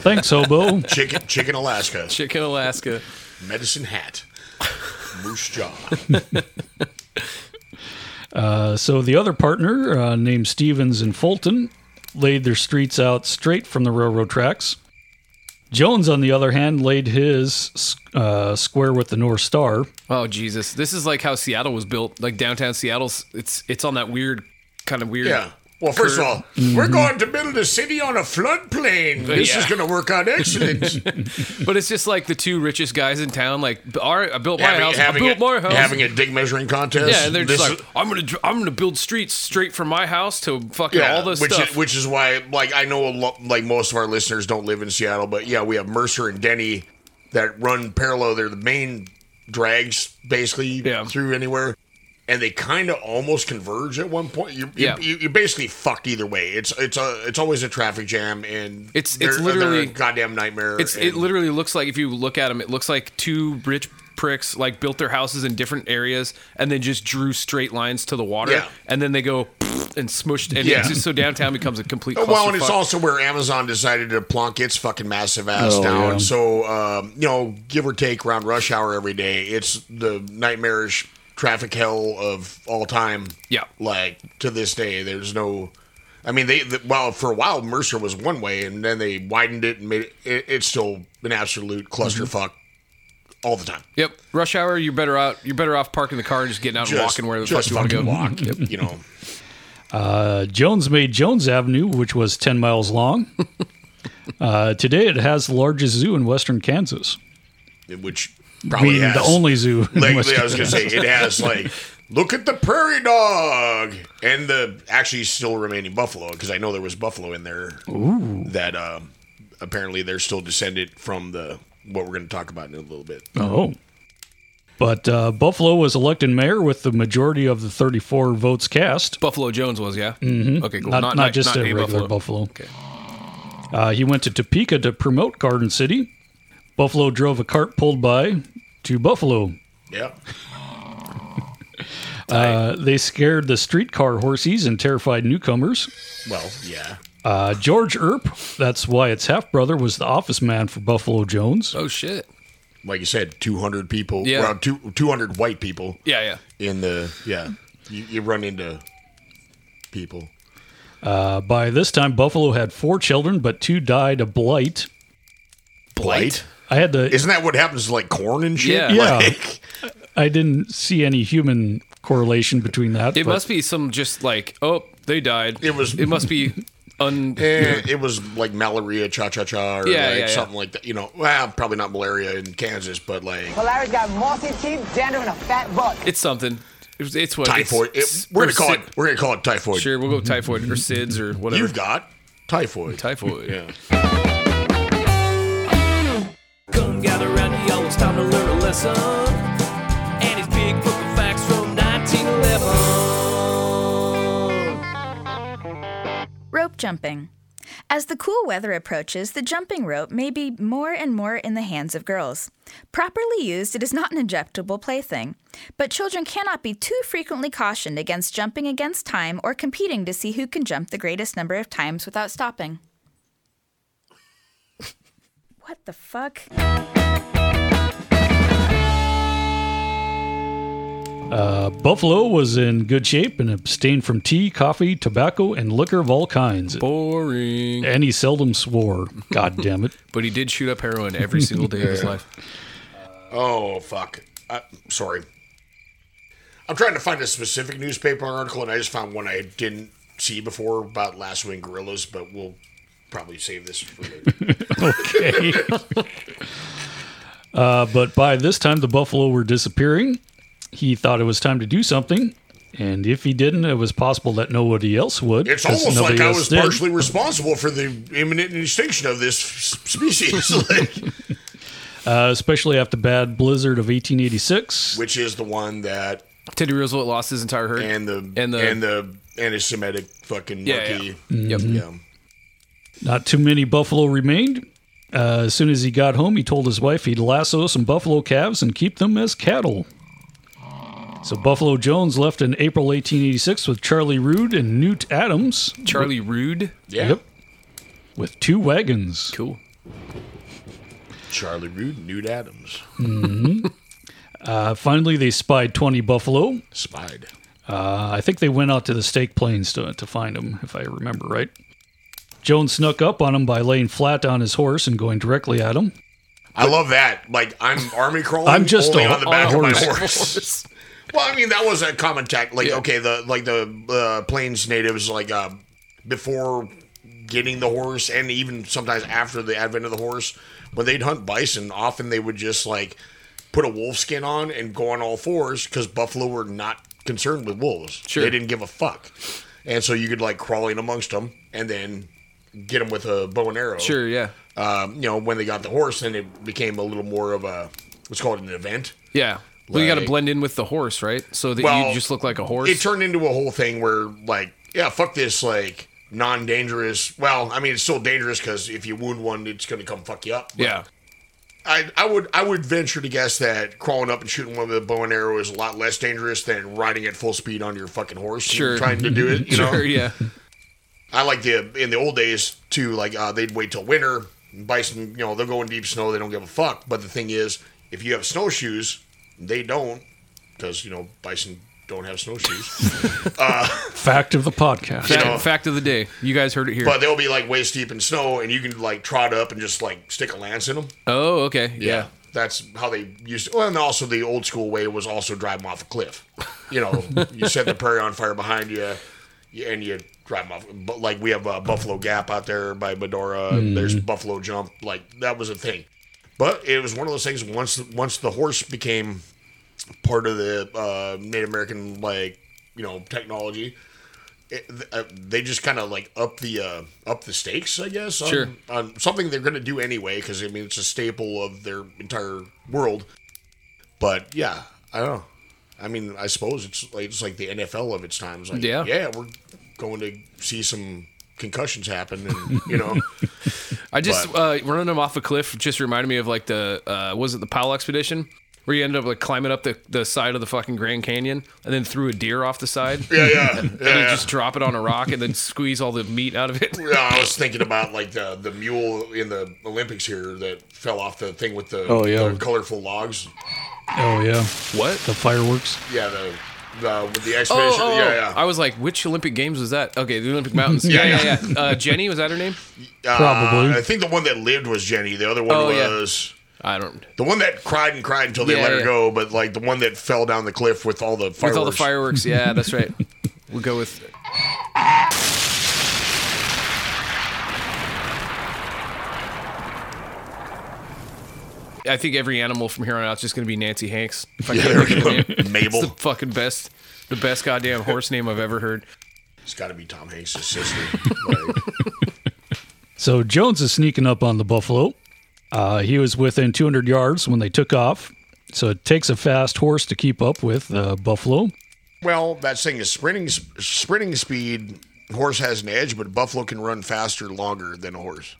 [SPEAKER 4] Thanks, hobo.
[SPEAKER 2] Chicken, Chicken, Alaska.
[SPEAKER 1] Chicken Alaska.
[SPEAKER 2] Medicine Hat. Moose Jaw.
[SPEAKER 4] Uh, so the other partner, uh, named Stevens and Fulton, laid their streets out straight from the railroad tracks. Jones, on the other hand, laid his uh, square with the North Star.
[SPEAKER 1] Oh Jesus. This is like how Seattle was built. Like downtown Seattle's it's it's on that weird kind of weird
[SPEAKER 2] Yeah. Well, first of all, we're going to build a city on a floodplain. This is
[SPEAKER 1] Mm-hmm. Yeah.
[SPEAKER 2] going to work out excellent.
[SPEAKER 1] But it's just like the two richest guys in town. Like, all right, I built my
[SPEAKER 2] having,
[SPEAKER 1] house.
[SPEAKER 2] having
[SPEAKER 1] I built my
[SPEAKER 2] a,
[SPEAKER 1] house.
[SPEAKER 2] having a dig measuring contest.
[SPEAKER 1] yeah, and they're just
[SPEAKER 2] This
[SPEAKER 1] like,
[SPEAKER 2] is-
[SPEAKER 1] I'm gonna, dr- I'm gonna build streets straight from my house to fucking
[SPEAKER 2] yeah,
[SPEAKER 1] all this
[SPEAKER 2] which
[SPEAKER 1] stuff.
[SPEAKER 2] Is, which is why, like, I know a lot, like most of our listeners don't live in Seattle, but yeah, we have Mercer and Denny that run parallel. They're the main drags basically
[SPEAKER 1] Yeah.
[SPEAKER 2] through anywhere, and they kind of almost converge at one point. You're,
[SPEAKER 1] Yeah.
[SPEAKER 2] you, you're basically fucked either way. It's it's a it's always a traffic jam, and
[SPEAKER 1] It's- it's
[SPEAKER 2] they're- they're
[SPEAKER 1] literally-
[SPEAKER 2] a goddamn nightmare.
[SPEAKER 1] It's-
[SPEAKER 2] and-
[SPEAKER 1] it literally looks like if you look at them, it looks like two rich pricks like built their houses in different areas and then just drew straight lines to the water
[SPEAKER 2] Yeah.
[SPEAKER 1] and then they go and smushed and
[SPEAKER 2] Yeah.
[SPEAKER 1] it's just, so downtown becomes a complete
[SPEAKER 2] Well, and it's
[SPEAKER 1] clusterfuck.
[SPEAKER 2] also where Amazon decided to plonk its fucking massive ass
[SPEAKER 4] Oh,
[SPEAKER 2] down.
[SPEAKER 4] yeah.
[SPEAKER 2] So, um, you know, give or take around rush hour every day, it's the nightmarish traffic hell of all time.
[SPEAKER 1] Yeah.
[SPEAKER 2] Like to this day, there's no. I mean, they the, well for a while Mercer was one way, and then they widened it and made it. it it's still an absolute clusterfuck
[SPEAKER 4] Mm-hmm.
[SPEAKER 2] all the time.
[SPEAKER 1] Yep. Rush hour, you're better out. You're better off parking the car and just getting out and
[SPEAKER 2] Just-
[SPEAKER 1] walking where the fuck
[SPEAKER 2] just
[SPEAKER 1] you want to
[SPEAKER 2] fucking
[SPEAKER 1] go.
[SPEAKER 2] walk. You know,
[SPEAKER 4] Uh, Jones made Jones Avenue, which was 10 miles long. uh, today it has the largest zoo in western Kansas.
[SPEAKER 2] which probably
[SPEAKER 4] Being
[SPEAKER 2] has-
[SPEAKER 4] the only zoo. in
[SPEAKER 2] Like,
[SPEAKER 4] western
[SPEAKER 2] Oh, I was gonna say, it has like, look at the prairie dog and the actually still remaining buffalo because I know there was buffalo in there that um, apparently they're still descended from the what we're gonna talk about in a little bit.
[SPEAKER 4] Oh. But uh, Buffalo was elected mayor with the majority of the 34 votes cast,
[SPEAKER 1] Buffalo Jones was, yeah. Okay, cool.
[SPEAKER 4] Mm-hmm. not, not, just a
[SPEAKER 1] not
[SPEAKER 4] regular Buffalo. Uh, he went to Topeka to promote Garden City. Buffalo drove a cart pulled by to Buffalo.
[SPEAKER 2] Yeah,
[SPEAKER 4] Uh, they scared the streetcar horses and terrified newcomers.
[SPEAKER 2] well, yeah,
[SPEAKER 4] Uh, George Earp, that's why its half brother, was the office man for Buffalo Jones.
[SPEAKER 1] Oh shit.
[SPEAKER 2] like you said, two hundred people,
[SPEAKER 1] Yeah.
[SPEAKER 2] well, two two hundred white people
[SPEAKER 1] Yeah, yeah.
[SPEAKER 2] in the yeah, you, you run into people.
[SPEAKER 4] Uh, by this time, Buffalo had four children, but two died of blight.
[SPEAKER 2] Blight?
[SPEAKER 4] I had to
[SPEAKER 2] Isn't that what happens to like corn and
[SPEAKER 1] Yeah.
[SPEAKER 2] shit?
[SPEAKER 4] Yeah.
[SPEAKER 2] Like,
[SPEAKER 4] I didn't see any human correlation between that.
[SPEAKER 1] It
[SPEAKER 4] but
[SPEAKER 1] must be some just like oh they died.
[SPEAKER 2] It was-
[SPEAKER 1] It must be un.
[SPEAKER 2] Eh, it was like malaria, cha cha cha,
[SPEAKER 1] Yeah,
[SPEAKER 2] or like
[SPEAKER 1] yeah, yeah.
[SPEAKER 2] something like that. You know, well, probably not malaria in Kansas, but like
[SPEAKER 8] Well, Larry's got mossy teeth, dander, and a fat butt.
[SPEAKER 1] It's something. It's, it's what it's-
[SPEAKER 2] typhoid. It- we're
[SPEAKER 1] or
[SPEAKER 2] gonna call
[SPEAKER 1] Sid-
[SPEAKER 2] it. We're gonna call it typhoid.
[SPEAKER 1] Sure, we'll go typhoid or SIDS or whatever.
[SPEAKER 2] You've got typhoid.
[SPEAKER 1] typhoid.
[SPEAKER 2] yeah.
[SPEAKER 9] Come gather round, y'all, it's time to learn a lesson. And his big book of facts from 1911.
[SPEAKER 5] Rope jumping. As the cool weather approaches, the jumping rope may be more and more in the hands of girls. Properly used, it is not an injectable plaything, but children cannot be too frequently cautioned against jumping against time or competing to see who can jump the greatest number of times without stopping. What the fuck?
[SPEAKER 4] uh, Buffalo was in good shape and abstained from tea, coffee, tobacco, and liquor of all kinds.
[SPEAKER 1] Boring.
[SPEAKER 4] And he seldom swore. God damn it.
[SPEAKER 1] But he did shoot up heroin every single day of his life.
[SPEAKER 2] Oh fuck. I, sorry. I'm trying to find a specific newspaper article, and I just found one I didn't see before about lassoing gorillas, but we'll probably save this for later.
[SPEAKER 4] Uh, but by this time, the buffalo were disappearing. He thought it was time to do something. And if he didn't, it was possible that nobody else would.
[SPEAKER 2] It's
[SPEAKER 4] 'cause
[SPEAKER 2] almost like
[SPEAKER 4] nobody
[SPEAKER 2] I
[SPEAKER 4] else
[SPEAKER 2] was
[SPEAKER 4] did.
[SPEAKER 2] partially responsible for the imminent extinction of this s- species, like,
[SPEAKER 4] Uh, especially after bad blizzard of 1886.
[SPEAKER 2] which is the one that
[SPEAKER 1] Teddy Roosevelt lost his entire herd.
[SPEAKER 2] and the
[SPEAKER 1] and the
[SPEAKER 2] and the anti-Semitic fucking
[SPEAKER 1] Yeah, yeah.
[SPEAKER 2] monkey.
[SPEAKER 1] yep.
[SPEAKER 2] Yeah.
[SPEAKER 4] Not too many buffalo remained. Uh, as soon as he got home, he told his wife he'd lasso some buffalo calves and keep them as cattle. So Buffalo Jones left in April 1886 with Charlie Rude and Newt Adams
[SPEAKER 1] Charlie Rude.
[SPEAKER 2] yeah,
[SPEAKER 4] with two wagons.
[SPEAKER 1] Cool.
[SPEAKER 2] Charlie Rude, Newt Adams,
[SPEAKER 4] Uh, finally, they spied 20 buffalo.
[SPEAKER 2] spied.
[SPEAKER 4] Uh, I think they went out to the stake plains to, to find him, if I remember right. Jones snuck up on him by laying flat on his horse and going directly at him.
[SPEAKER 2] I love that. Like I'm army crawling.
[SPEAKER 4] I'm just
[SPEAKER 2] only
[SPEAKER 4] a-
[SPEAKER 2] on the back
[SPEAKER 4] on a
[SPEAKER 2] of my
[SPEAKER 4] horse.
[SPEAKER 2] horse. well, I mean that was a common tactic. Like okay, the like the uh, plains natives like uh, before getting the horse, and even sometimes after the advent of the horse, when they'd hunt bison, often they would just like put a wolf skin on and go on all fours because buffalo were not concerned with wolves.
[SPEAKER 1] Sure.
[SPEAKER 2] they didn't give a fuck, and so you could like crawl in amongst them and then get them with a bow and arrow
[SPEAKER 1] Sure. Yeah.
[SPEAKER 2] um, you know, when they got the horse, then it became a little more of a what's called an event.
[SPEAKER 1] Yeah. Well, you got to
[SPEAKER 2] Like-
[SPEAKER 1] blend in with the horse, right? So that
[SPEAKER 2] Well,
[SPEAKER 1] you just look like a horse.
[SPEAKER 2] It turned into a whole thing where, like, yeah, fuck this, like non-dangerous. Well, I mean, it's still dangerous because if you wound one, it's going to come fuck you up.
[SPEAKER 1] yeah.
[SPEAKER 2] I, I would I would venture to guess that crawling up and shooting one with a bow and arrow is a lot less dangerous than riding at full speed on your fucking horse. and
[SPEAKER 1] Sure.
[SPEAKER 2] trying to do it. You know,
[SPEAKER 1] Sure, yeah.
[SPEAKER 2] I like the in the old days too. Like uh, they'd wait till winter. Bison, you know, they'll go in deep snow. They don't give a fuck. But the thing is, if you have snowshoes, they don't, because you know bison don't have snowshoes.
[SPEAKER 4] Fact of the podcast.
[SPEAKER 1] Fact,
[SPEAKER 2] know.
[SPEAKER 1] fact of the day. You guys heard it here.
[SPEAKER 2] but they'll be like waist deep in snow, and you can like trot up and just like stick a lance in them.
[SPEAKER 1] oh, okay. Yeah.
[SPEAKER 2] That's how they used to. Well, and also the old school way was also drive them off a cliff. You know, you set the prairie on fire behind you, you- and you drive them off. But like we have uh, Buffalo Gap out there by Medora. There's Buffalo Jump. Like that was a thing. But it was one of those things. Once once the horse became part of the uh, Native American like you know technology, it, th- uh, they just kind of like up the uh, up the stakes, I guess. On,
[SPEAKER 1] Sure.
[SPEAKER 2] on something they're going to do anyway, because I mean it's a staple of their entire world. But yeah, I don't know. I mean, I suppose it's like it's like the NFL of its times. Like,
[SPEAKER 1] Yeah.
[SPEAKER 2] yeah, we're going to see some concussions happen, and you know,
[SPEAKER 1] I just
[SPEAKER 2] But-
[SPEAKER 1] uh, running them off a cliff just reminded me of like the uh, was it the Powell expedition where you ended up like climbing up the, the side of the fucking Grand Canyon and then threw a deer off the side
[SPEAKER 2] yeah, yeah, yeah.
[SPEAKER 1] and then
[SPEAKER 2] yeah.
[SPEAKER 1] just drop it on a rock and then squeeze all the meat out of it.
[SPEAKER 2] Yeah, I was thinking about like the the mule in the Olympics here that fell off the thing with the,
[SPEAKER 4] Oh, yeah.
[SPEAKER 2] the colorful logs.
[SPEAKER 4] Oh yeah,
[SPEAKER 1] What?
[SPEAKER 4] the fireworks.
[SPEAKER 2] Yeah, the, the with the
[SPEAKER 1] Oh,
[SPEAKER 2] expedition.
[SPEAKER 1] oh, oh.
[SPEAKER 2] yeah, yeah.
[SPEAKER 1] I was like, which Olympic Games was that? Okay, the Olympic Mountains. Yeah,
[SPEAKER 2] Yeah,
[SPEAKER 1] yeah, yeah. Uh, Jenny was that her name?
[SPEAKER 2] Uh,
[SPEAKER 4] Probably.
[SPEAKER 2] I think the one that lived was Jenny. The other one
[SPEAKER 1] Oh, yeah.
[SPEAKER 2] was
[SPEAKER 1] I don't.
[SPEAKER 2] the one that cried and cried until they
[SPEAKER 1] Yeah,
[SPEAKER 2] let her
[SPEAKER 1] yeah.
[SPEAKER 2] go. But like the one that fell down the cliff with all the fireworks.
[SPEAKER 1] With all the fireworks. Yeah, that's right. We'll go with. I think every animal from here on out is just going to be Nancy Hanks. If I
[SPEAKER 2] Yeah,
[SPEAKER 1] can't
[SPEAKER 2] there
[SPEAKER 1] think of
[SPEAKER 2] we
[SPEAKER 1] her
[SPEAKER 2] go.
[SPEAKER 1] name.
[SPEAKER 2] Mabel.
[SPEAKER 1] It's the fucking best, the best goddamn horse name I've ever heard.
[SPEAKER 2] It's got to be Tom Hanks' sister. Like,
[SPEAKER 4] So Jones is sneaking up on the buffalo. Uh, he was within 200 yards when they took off. So it takes a fast horse to keep up with uh, buffalo.
[SPEAKER 2] well, that thing is sprinting sp- sprinting speed. Horse has an edge, but buffalo can run faster, longer than a horse.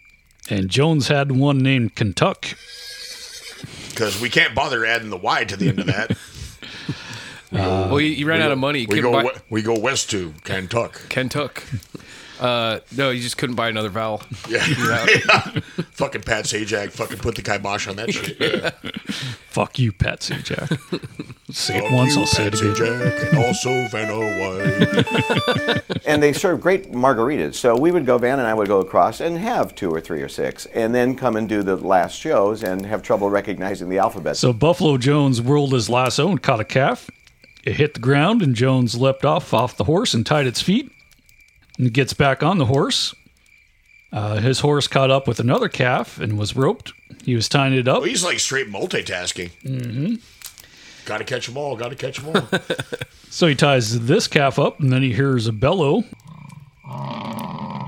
[SPEAKER 4] And Jones had one named Kentuck.
[SPEAKER 2] Because we can't bother adding the Y to the end of that.
[SPEAKER 1] well, you, you ran out of money. You
[SPEAKER 2] Uh, We
[SPEAKER 1] couldn't
[SPEAKER 2] go
[SPEAKER 1] buy-
[SPEAKER 2] we, we go west to Kentuck.
[SPEAKER 1] Kentuck. Uh, no, you just couldn't buy another vowel.
[SPEAKER 2] Yeah. fucking Pat Sajak fucking put the kibosh on that shit. Yeah.
[SPEAKER 4] Fuck you, Patsy Jack. say
[SPEAKER 2] Fuck
[SPEAKER 4] it once,
[SPEAKER 2] you,
[SPEAKER 4] I'll say it
[SPEAKER 2] Pat
[SPEAKER 4] again.
[SPEAKER 2] Sajak, and also Vanna White.
[SPEAKER 10] and they serve great margaritas. So we would go, Van and I would go across and have two or three or six, and then come and do the last shows and have trouble recognizing the alphabet.
[SPEAKER 4] So Buffalo Jones whirled his lasso and caught a calf. It hit the ground, and Jones leapt off off the horse and tied its feet. And gets back on the horse. Uh, his horse caught up with another calf and was roped. He was tying it up.
[SPEAKER 2] Well, he's like straight multitasking. Mm-hmm. Got to catch them all. Got to catch them all.
[SPEAKER 4] So he ties this calf up, and then he hears a bellow.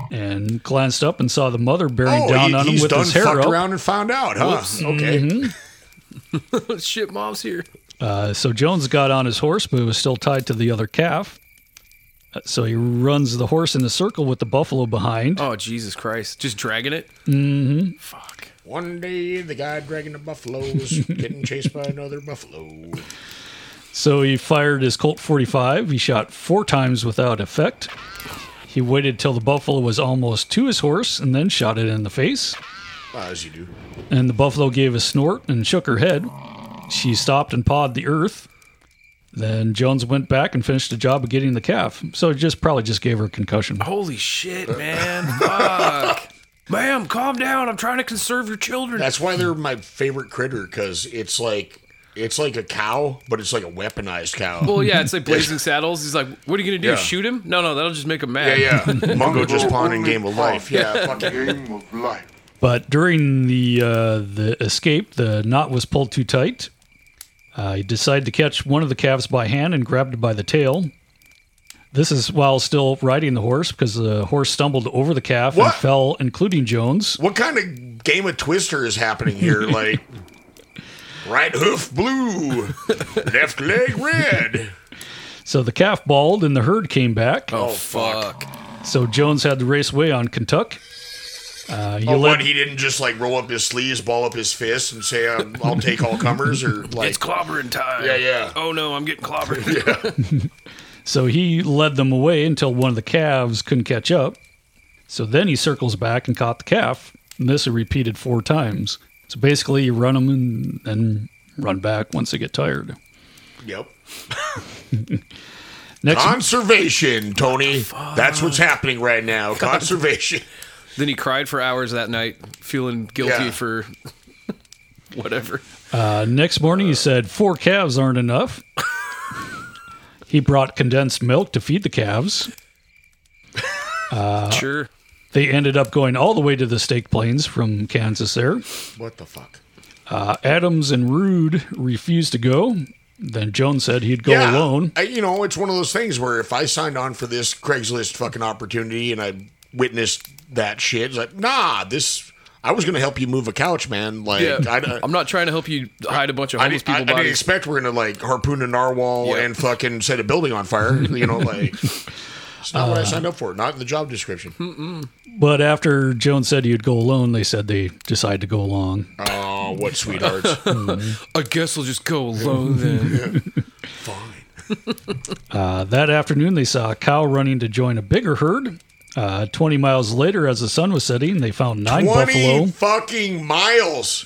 [SPEAKER 4] And glanced up and saw the mother bearing down
[SPEAKER 2] Oh, he-
[SPEAKER 4] on him
[SPEAKER 2] he's
[SPEAKER 4] with
[SPEAKER 2] done
[SPEAKER 4] his hair
[SPEAKER 2] fucked
[SPEAKER 4] up. Mm-hmm.
[SPEAKER 2] around and found out, huh? Okay.
[SPEAKER 1] Shit, mom's here.
[SPEAKER 4] Uh, so Jones got on his horse, but it was still tied to the other calf. Uh, So he runs the horse in a circle with the buffalo behind.
[SPEAKER 1] Oh Jesus Christ! Just dragging it. Mm-hmm. Fuck.
[SPEAKER 2] One day, the guy dragging the buffalo was getting chased by another buffalo.
[SPEAKER 4] So he fired his Colt 45. He shot four times without effect. He waited till the buffalo was almost to his horse and then shot it in the face.
[SPEAKER 2] Ah, as you do.
[SPEAKER 4] And the buffalo gave a snort and shook her head. She stopped and pawed the earth. Then Jones went back and finished the job of getting the calf. So he just probably just gave her a concussion.
[SPEAKER 1] Holy shit, man! Fuck. Ma'am, calm down. I'm trying to conserve your children.
[SPEAKER 2] That's why they're my favorite critter because it's like it's like a cow, but it's like a weaponized cow.
[SPEAKER 1] well, yeah, it's like Blazing Saddles. He's like, "What are you gonna do?
[SPEAKER 2] Yeah.
[SPEAKER 1] Shoot him? No, no, that'll just make him
[SPEAKER 2] yeah,
[SPEAKER 1] mad."
[SPEAKER 2] yeah. Mongo just pawning game of life. Yeah, fucking
[SPEAKER 7] Game of life.
[SPEAKER 4] But during the uh, the escape, the knot was pulled too tight. Uh, he decided to catch one of the calves by hand and grabbed it by the tail. This is while still riding the horse because the horse stumbled over the calf and
[SPEAKER 2] What?
[SPEAKER 4] fell, including Jones.
[SPEAKER 2] what kind of game of twister is happening here? Like right hoof blue, left leg red.
[SPEAKER 4] So the calf bawled
[SPEAKER 2] Oh,
[SPEAKER 4] and the herd came back.
[SPEAKER 1] Oh fuck.
[SPEAKER 4] So Jones had the race away on Kentuck. Uh, you
[SPEAKER 2] Oh,
[SPEAKER 4] let
[SPEAKER 2] what he didn't just like roll up his sleeves, ball up his fists, and say, um, "I'll take all comers," or like
[SPEAKER 1] it's clobbering time.
[SPEAKER 2] Yeah, yeah.
[SPEAKER 1] Oh no, I'm getting clobbered.
[SPEAKER 4] So he led them away until one of the calves couldn't catch up. So then he circles back and caught the calf. And this is repeated four times. So basically, you run them and then run back once they get tired.
[SPEAKER 2] "Yep,
[SPEAKER 4] Next,
[SPEAKER 2] conservation, Tony. That's what's happening right now. Conservation."
[SPEAKER 1] then he cried for hours that night, feeling guilty
[SPEAKER 2] Yeah.
[SPEAKER 1] for whatever.
[SPEAKER 4] uh, next morning, he said four calves aren't enough. he brought condensed milk to feed the calves.
[SPEAKER 2] Uh-huh.
[SPEAKER 1] sure.
[SPEAKER 4] They ended up going all the way to the Stake Plains from Kansas there.
[SPEAKER 2] What the fuck?
[SPEAKER 4] Uh, Adams and Rude refused to go. Then Jones said he'd go alone.
[SPEAKER 2] I, you know, it's one of those things where if I signed on for this Craigslist fucking opportunity and I witnessed that shit, it's like, nah, this. I was going to help you move a couch, man. Like,
[SPEAKER 1] Yeah.
[SPEAKER 2] I,
[SPEAKER 1] I, am not trying to help you hide a bunch of
[SPEAKER 2] I,
[SPEAKER 1] homeless
[SPEAKER 2] didn't- I, I
[SPEAKER 1] people
[SPEAKER 2] didn't
[SPEAKER 1] bodies.
[SPEAKER 2] expect we're going to like harpoon a narwhal
[SPEAKER 1] Yeah.
[SPEAKER 2] and fucking set a building on fire. You know, like. It's not
[SPEAKER 4] Uh.
[SPEAKER 2] what I signed up for. Not in the job description.
[SPEAKER 1] Hmm.
[SPEAKER 4] But after Jones said he'd go alone, they said they decided to go along.
[SPEAKER 2] Oh, what sweethearts!
[SPEAKER 1] I guess we'll just go alone then.
[SPEAKER 2] Fine.
[SPEAKER 4] Uh, that afternoon, they saw a cow running to join a bigger herd. Uh, 20 miles later, as the sun was setting, they found nine
[SPEAKER 2] Twenty
[SPEAKER 4] buffalo.
[SPEAKER 2] fucking miles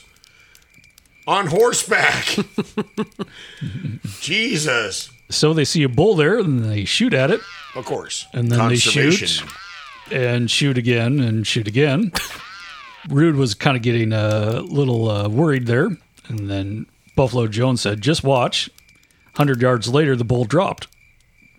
[SPEAKER 2] on horseback. Jesus.
[SPEAKER 4] So they see a bull there and they shoot at it
[SPEAKER 2] Of course.
[SPEAKER 4] And then they shoot. and shoot again and shoot again. Rude was kind of getting a little uh, worried there. And then Buffalo Jones said, Just watch. 100 yards later, the bull dropped.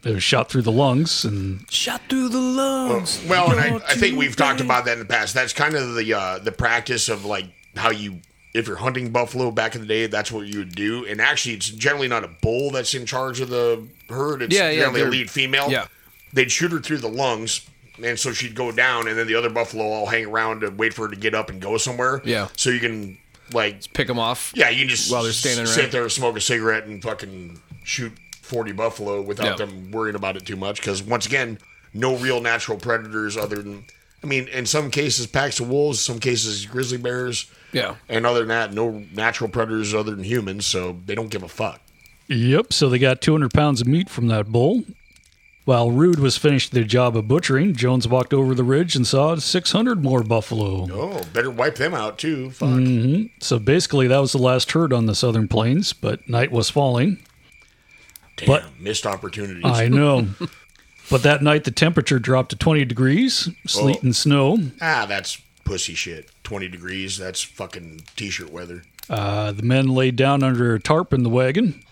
[SPEAKER 4] It was shot through the lungs and
[SPEAKER 9] Shot through the lungs.
[SPEAKER 2] Well, and I, I think we've talked about that in the past. That's kind of the uh, the practice of like how you if you're hunting buffalo back in the day, that's what you would do. And actually, it's generally not a bull that's in charge of the herd. It's
[SPEAKER 1] Yeah, yeah,
[SPEAKER 2] generally a
[SPEAKER 1] they're-
[SPEAKER 2] lead female.
[SPEAKER 1] yeah.
[SPEAKER 2] They'd shoot her through the lungs. And so she'd go down, and then the other buffalo all hang around to wait for her to get up and go somewhere.
[SPEAKER 1] Yeah.
[SPEAKER 2] So you can, like,
[SPEAKER 1] Pick them off.
[SPEAKER 2] yeah, you can just
[SPEAKER 1] While they're standing
[SPEAKER 2] s-
[SPEAKER 1] around.
[SPEAKER 2] sit there, smoke a cigarette, and fucking shoot forty buffalo without
[SPEAKER 1] Yeah.
[SPEAKER 2] them worrying about it too much. Because once again, no real natural predators other than, I mean, in some cases packs of wolves, some cases grizzly bears,
[SPEAKER 1] Yeah.
[SPEAKER 2] and other than that, no natural predators other than humans. So they don't give a fuck.
[SPEAKER 4] Yep, so they got 200 pounds of meat from that bull. While Rude was finished their job of butchering, Jones walked over the ridge and saw 600 more buffalo.
[SPEAKER 2] Oh, better wipe them out too. Fuck.
[SPEAKER 1] Mm,
[SPEAKER 4] So basically, that was the last herd on the southern plains, but night was falling.
[SPEAKER 2] Damn,
[SPEAKER 4] but-
[SPEAKER 2] missed opportunities.
[SPEAKER 4] I know. but that night, the temperature dropped to 20 degrees, sleet
[SPEAKER 2] Oh.
[SPEAKER 4] and snow.
[SPEAKER 2] ah, that's pussy shit. Twenty degrees. That's fucking t-shirt weather.
[SPEAKER 4] Uh, the men laid down under a tarp in the wagon.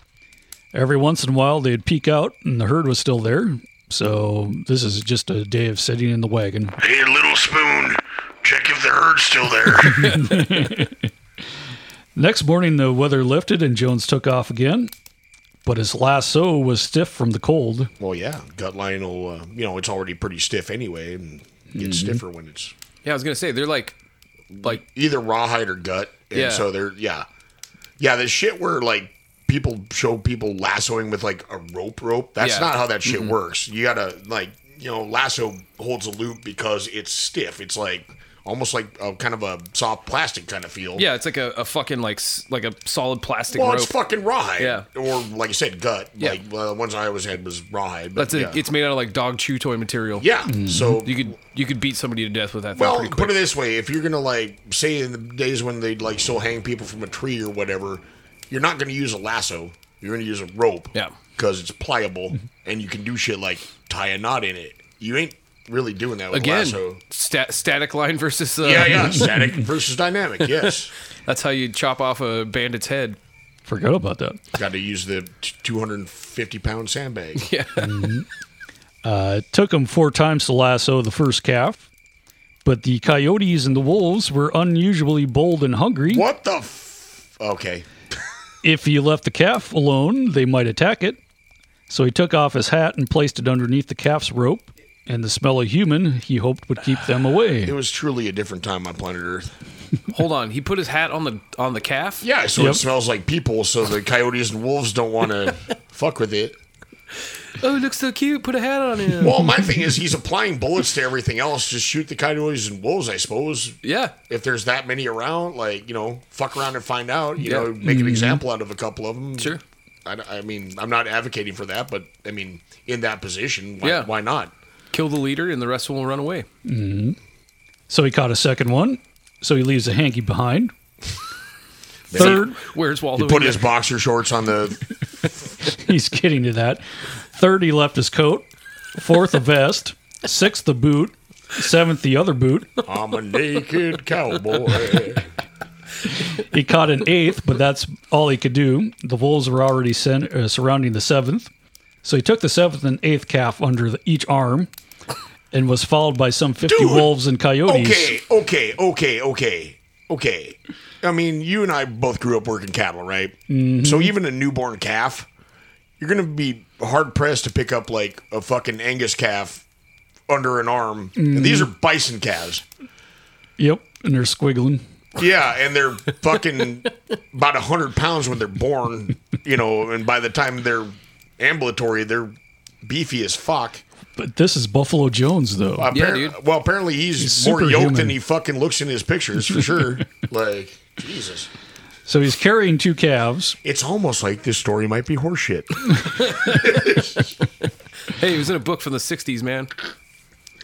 [SPEAKER 4] Every once in a while, they'd peek out, and the herd was still there. So this is just a day of sitting in the wagon.
[SPEAKER 2] Hey, little spoon, check if the herd's still there.
[SPEAKER 4] Next morning, the weather lifted and Jones took off again, but his lasso was stiff from the cold.
[SPEAKER 2] Well, yeah, gut line will. Uh, you know, it's already pretty stiff anyway, and gets
[SPEAKER 1] Mm-hmm.
[SPEAKER 2] stiffer when it's
[SPEAKER 1] Yeah, I was gonna say they're like, like
[SPEAKER 2] either rawhide or gut. And
[SPEAKER 1] Yeah.
[SPEAKER 2] So they're yeah, yeah. The shit where like people show people lassoing with like a rope rope. That's
[SPEAKER 1] Yeah.
[SPEAKER 2] not how that shit works. You gotta like you know lasso holds a loop because it's stiff. It's like almost like a kind of a soft plastic kind of feel.
[SPEAKER 1] yeah, it's like a, a fucking like s- like a solid plastic
[SPEAKER 2] Well,
[SPEAKER 1] rope.
[SPEAKER 2] it's fucking rawhide.
[SPEAKER 1] Yeah.
[SPEAKER 2] Or like I said, gut.
[SPEAKER 1] Yeah.
[SPEAKER 2] Like well, the ones I always had was rawhide. But
[SPEAKER 1] That's it.
[SPEAKER 2] yeah.
[SPEAKER 1] It's made out of like dog chew toy material.
[SPEAKER 2] yeah. So
[SPEAKER 1] You could you could beat somebody to death with that thing
[SPEAKER 2] Well,
[SPEAKER 1] pretty
[SPEAKER 2] put
[SPEAKER 1] quick.
[SPEAKER 2] it this way: if you're gonna like say in the days when they'd like still hang people from a tree or whatever, you're not gonna use a lasso. You're gonna use a rope.
[SPEAKER 1] Yeah. Mm-hmm.
[SPEAKER 2] Because it's pliable and you can do shit like tie a knot in it. You ain't really doing that with
[SPEAKER 1] Again,
[SPEAKER 2] lasso.
[SPEAKER 1] sta- static line versus uh,
[SPEAKER 2] Yeah, yeah. Static versus dynamic. Yes.
[SPEAKER 1] That's how you chop off a bandit's head.
[SPEAKER 4] Forgot about that.
[SPEAKER 2] Got to use the t- 250 pound sandbag.
[SPEAKER 4] Uh, it took him four times to lasso the first calf, but the coyotes and the wolves were unusually bold and hungry.
[SPEAKER 2] What the? F- okay.
[SPEAKER 4] If he left the calf alone, they might attack it. So he took off his hat and placed it underneath the calf's rope, and the smell of human he hoped would keep them
[SPEAKER 2] It
[SPEAKER 4] away.
[SPEAKER 2] was truly a different time on planet Earth.
[SPEAKER 1] Hold on, he put his hat on the on the calf.
[SPEAKER 2] Yeah, so it
[SPEAKER 4] Yep.
[SPEAKER 2] smells like people, so the coyotes and wolves don't want to fuck with it.
[SPEAKER 1] Oh, he looks so cute. Put a hat on him.
[SPEAKER 2] Well, my thing is he's applying bullets to everything else. Just shoot the coyotes and wolves, I suppose.
[SPEAKER 1] Yeah.
[SPEAKER 2] If there's that many around, like you know, fuck around and find out. You
[SPEAKER 1] Yeah.
[SPEAKER 2] know, make an
[SPEAKER 1] Mhm.
[SPEAKER 2] example out of a couple of them.
[SPEAKER 1] Sure.
[SPEAKER 2] I, I mean, I'm not advocating for that, but I mean, in that position, why,
[SPEAKER 1] Yeah.
[SPEAKER 2] why not?
[SPEAKER 1] Kill the leader, and the rest will run away.
[SPEAKER 4] Mhm. So he caught a second one. So he leaves a hanky behind. Third,
[SPEAKER 1] Where's Waldo?
[SPEAKER 2] He put
[SPEAKER 1] in
[SPEAKER 2] his
[SPEAKER 1] there?
[SPEAKER 2] boxer shorts on the.
[SPEAKER 4] he's getting to that. Third, he left his coat. Fourth, a vest. Sixth, a boot. Seventh, the other boot.
[SPEAKER 2] I'm a naked cowboy.
[SPEAKER 4] He caught an eighth, but that's all he could do. The wolves were already sen- uh, surrounding the seventh. So he took the seventh and eighth calf under the, each arm and was followed by some 50
[SPEAKER 2] Dude!
[SPEAKER 4] wolves and coyotes.
[SPEAKER 2] Okay, okay, okay, okay, okay. I mean, you and I both grew up working cattle, right?
[SPEAKER 4] Mhm.
[SPEAKER 2] So even a newborn calf, you're gonna be hard pressed to pick up like a fucking Angus calf under an arm. And these are
[SPEAKER 4] Mm-hmm.
[SPEAKER 2] bison calves.
[SPEAKER 4] Yep. And they're squiggling.
[SPEAKER 2] Yeah, and they're fucking about hundred pounds when they're born, you know, and by the time they're ambulatory, they're beefy as fuck.
[SPEAKER 4] But this is Buffalo Jones, though.
[SPEAKER 2] Appar- Well, apparently he's,
[SPEAKER 4] He's
[SPEAKER 2] more yoked
[SPEAKER 4] superhuman.
[SPEAKER 2] than he fucking looks in his pictures for sure. like Jesus.
[SPEAKER 4] So he's carrying two calves.
[SPEAKER 2] It's almost like this story might be horseshit.
[SPEAKER 1] Hey, he was in a book from the '60s, man.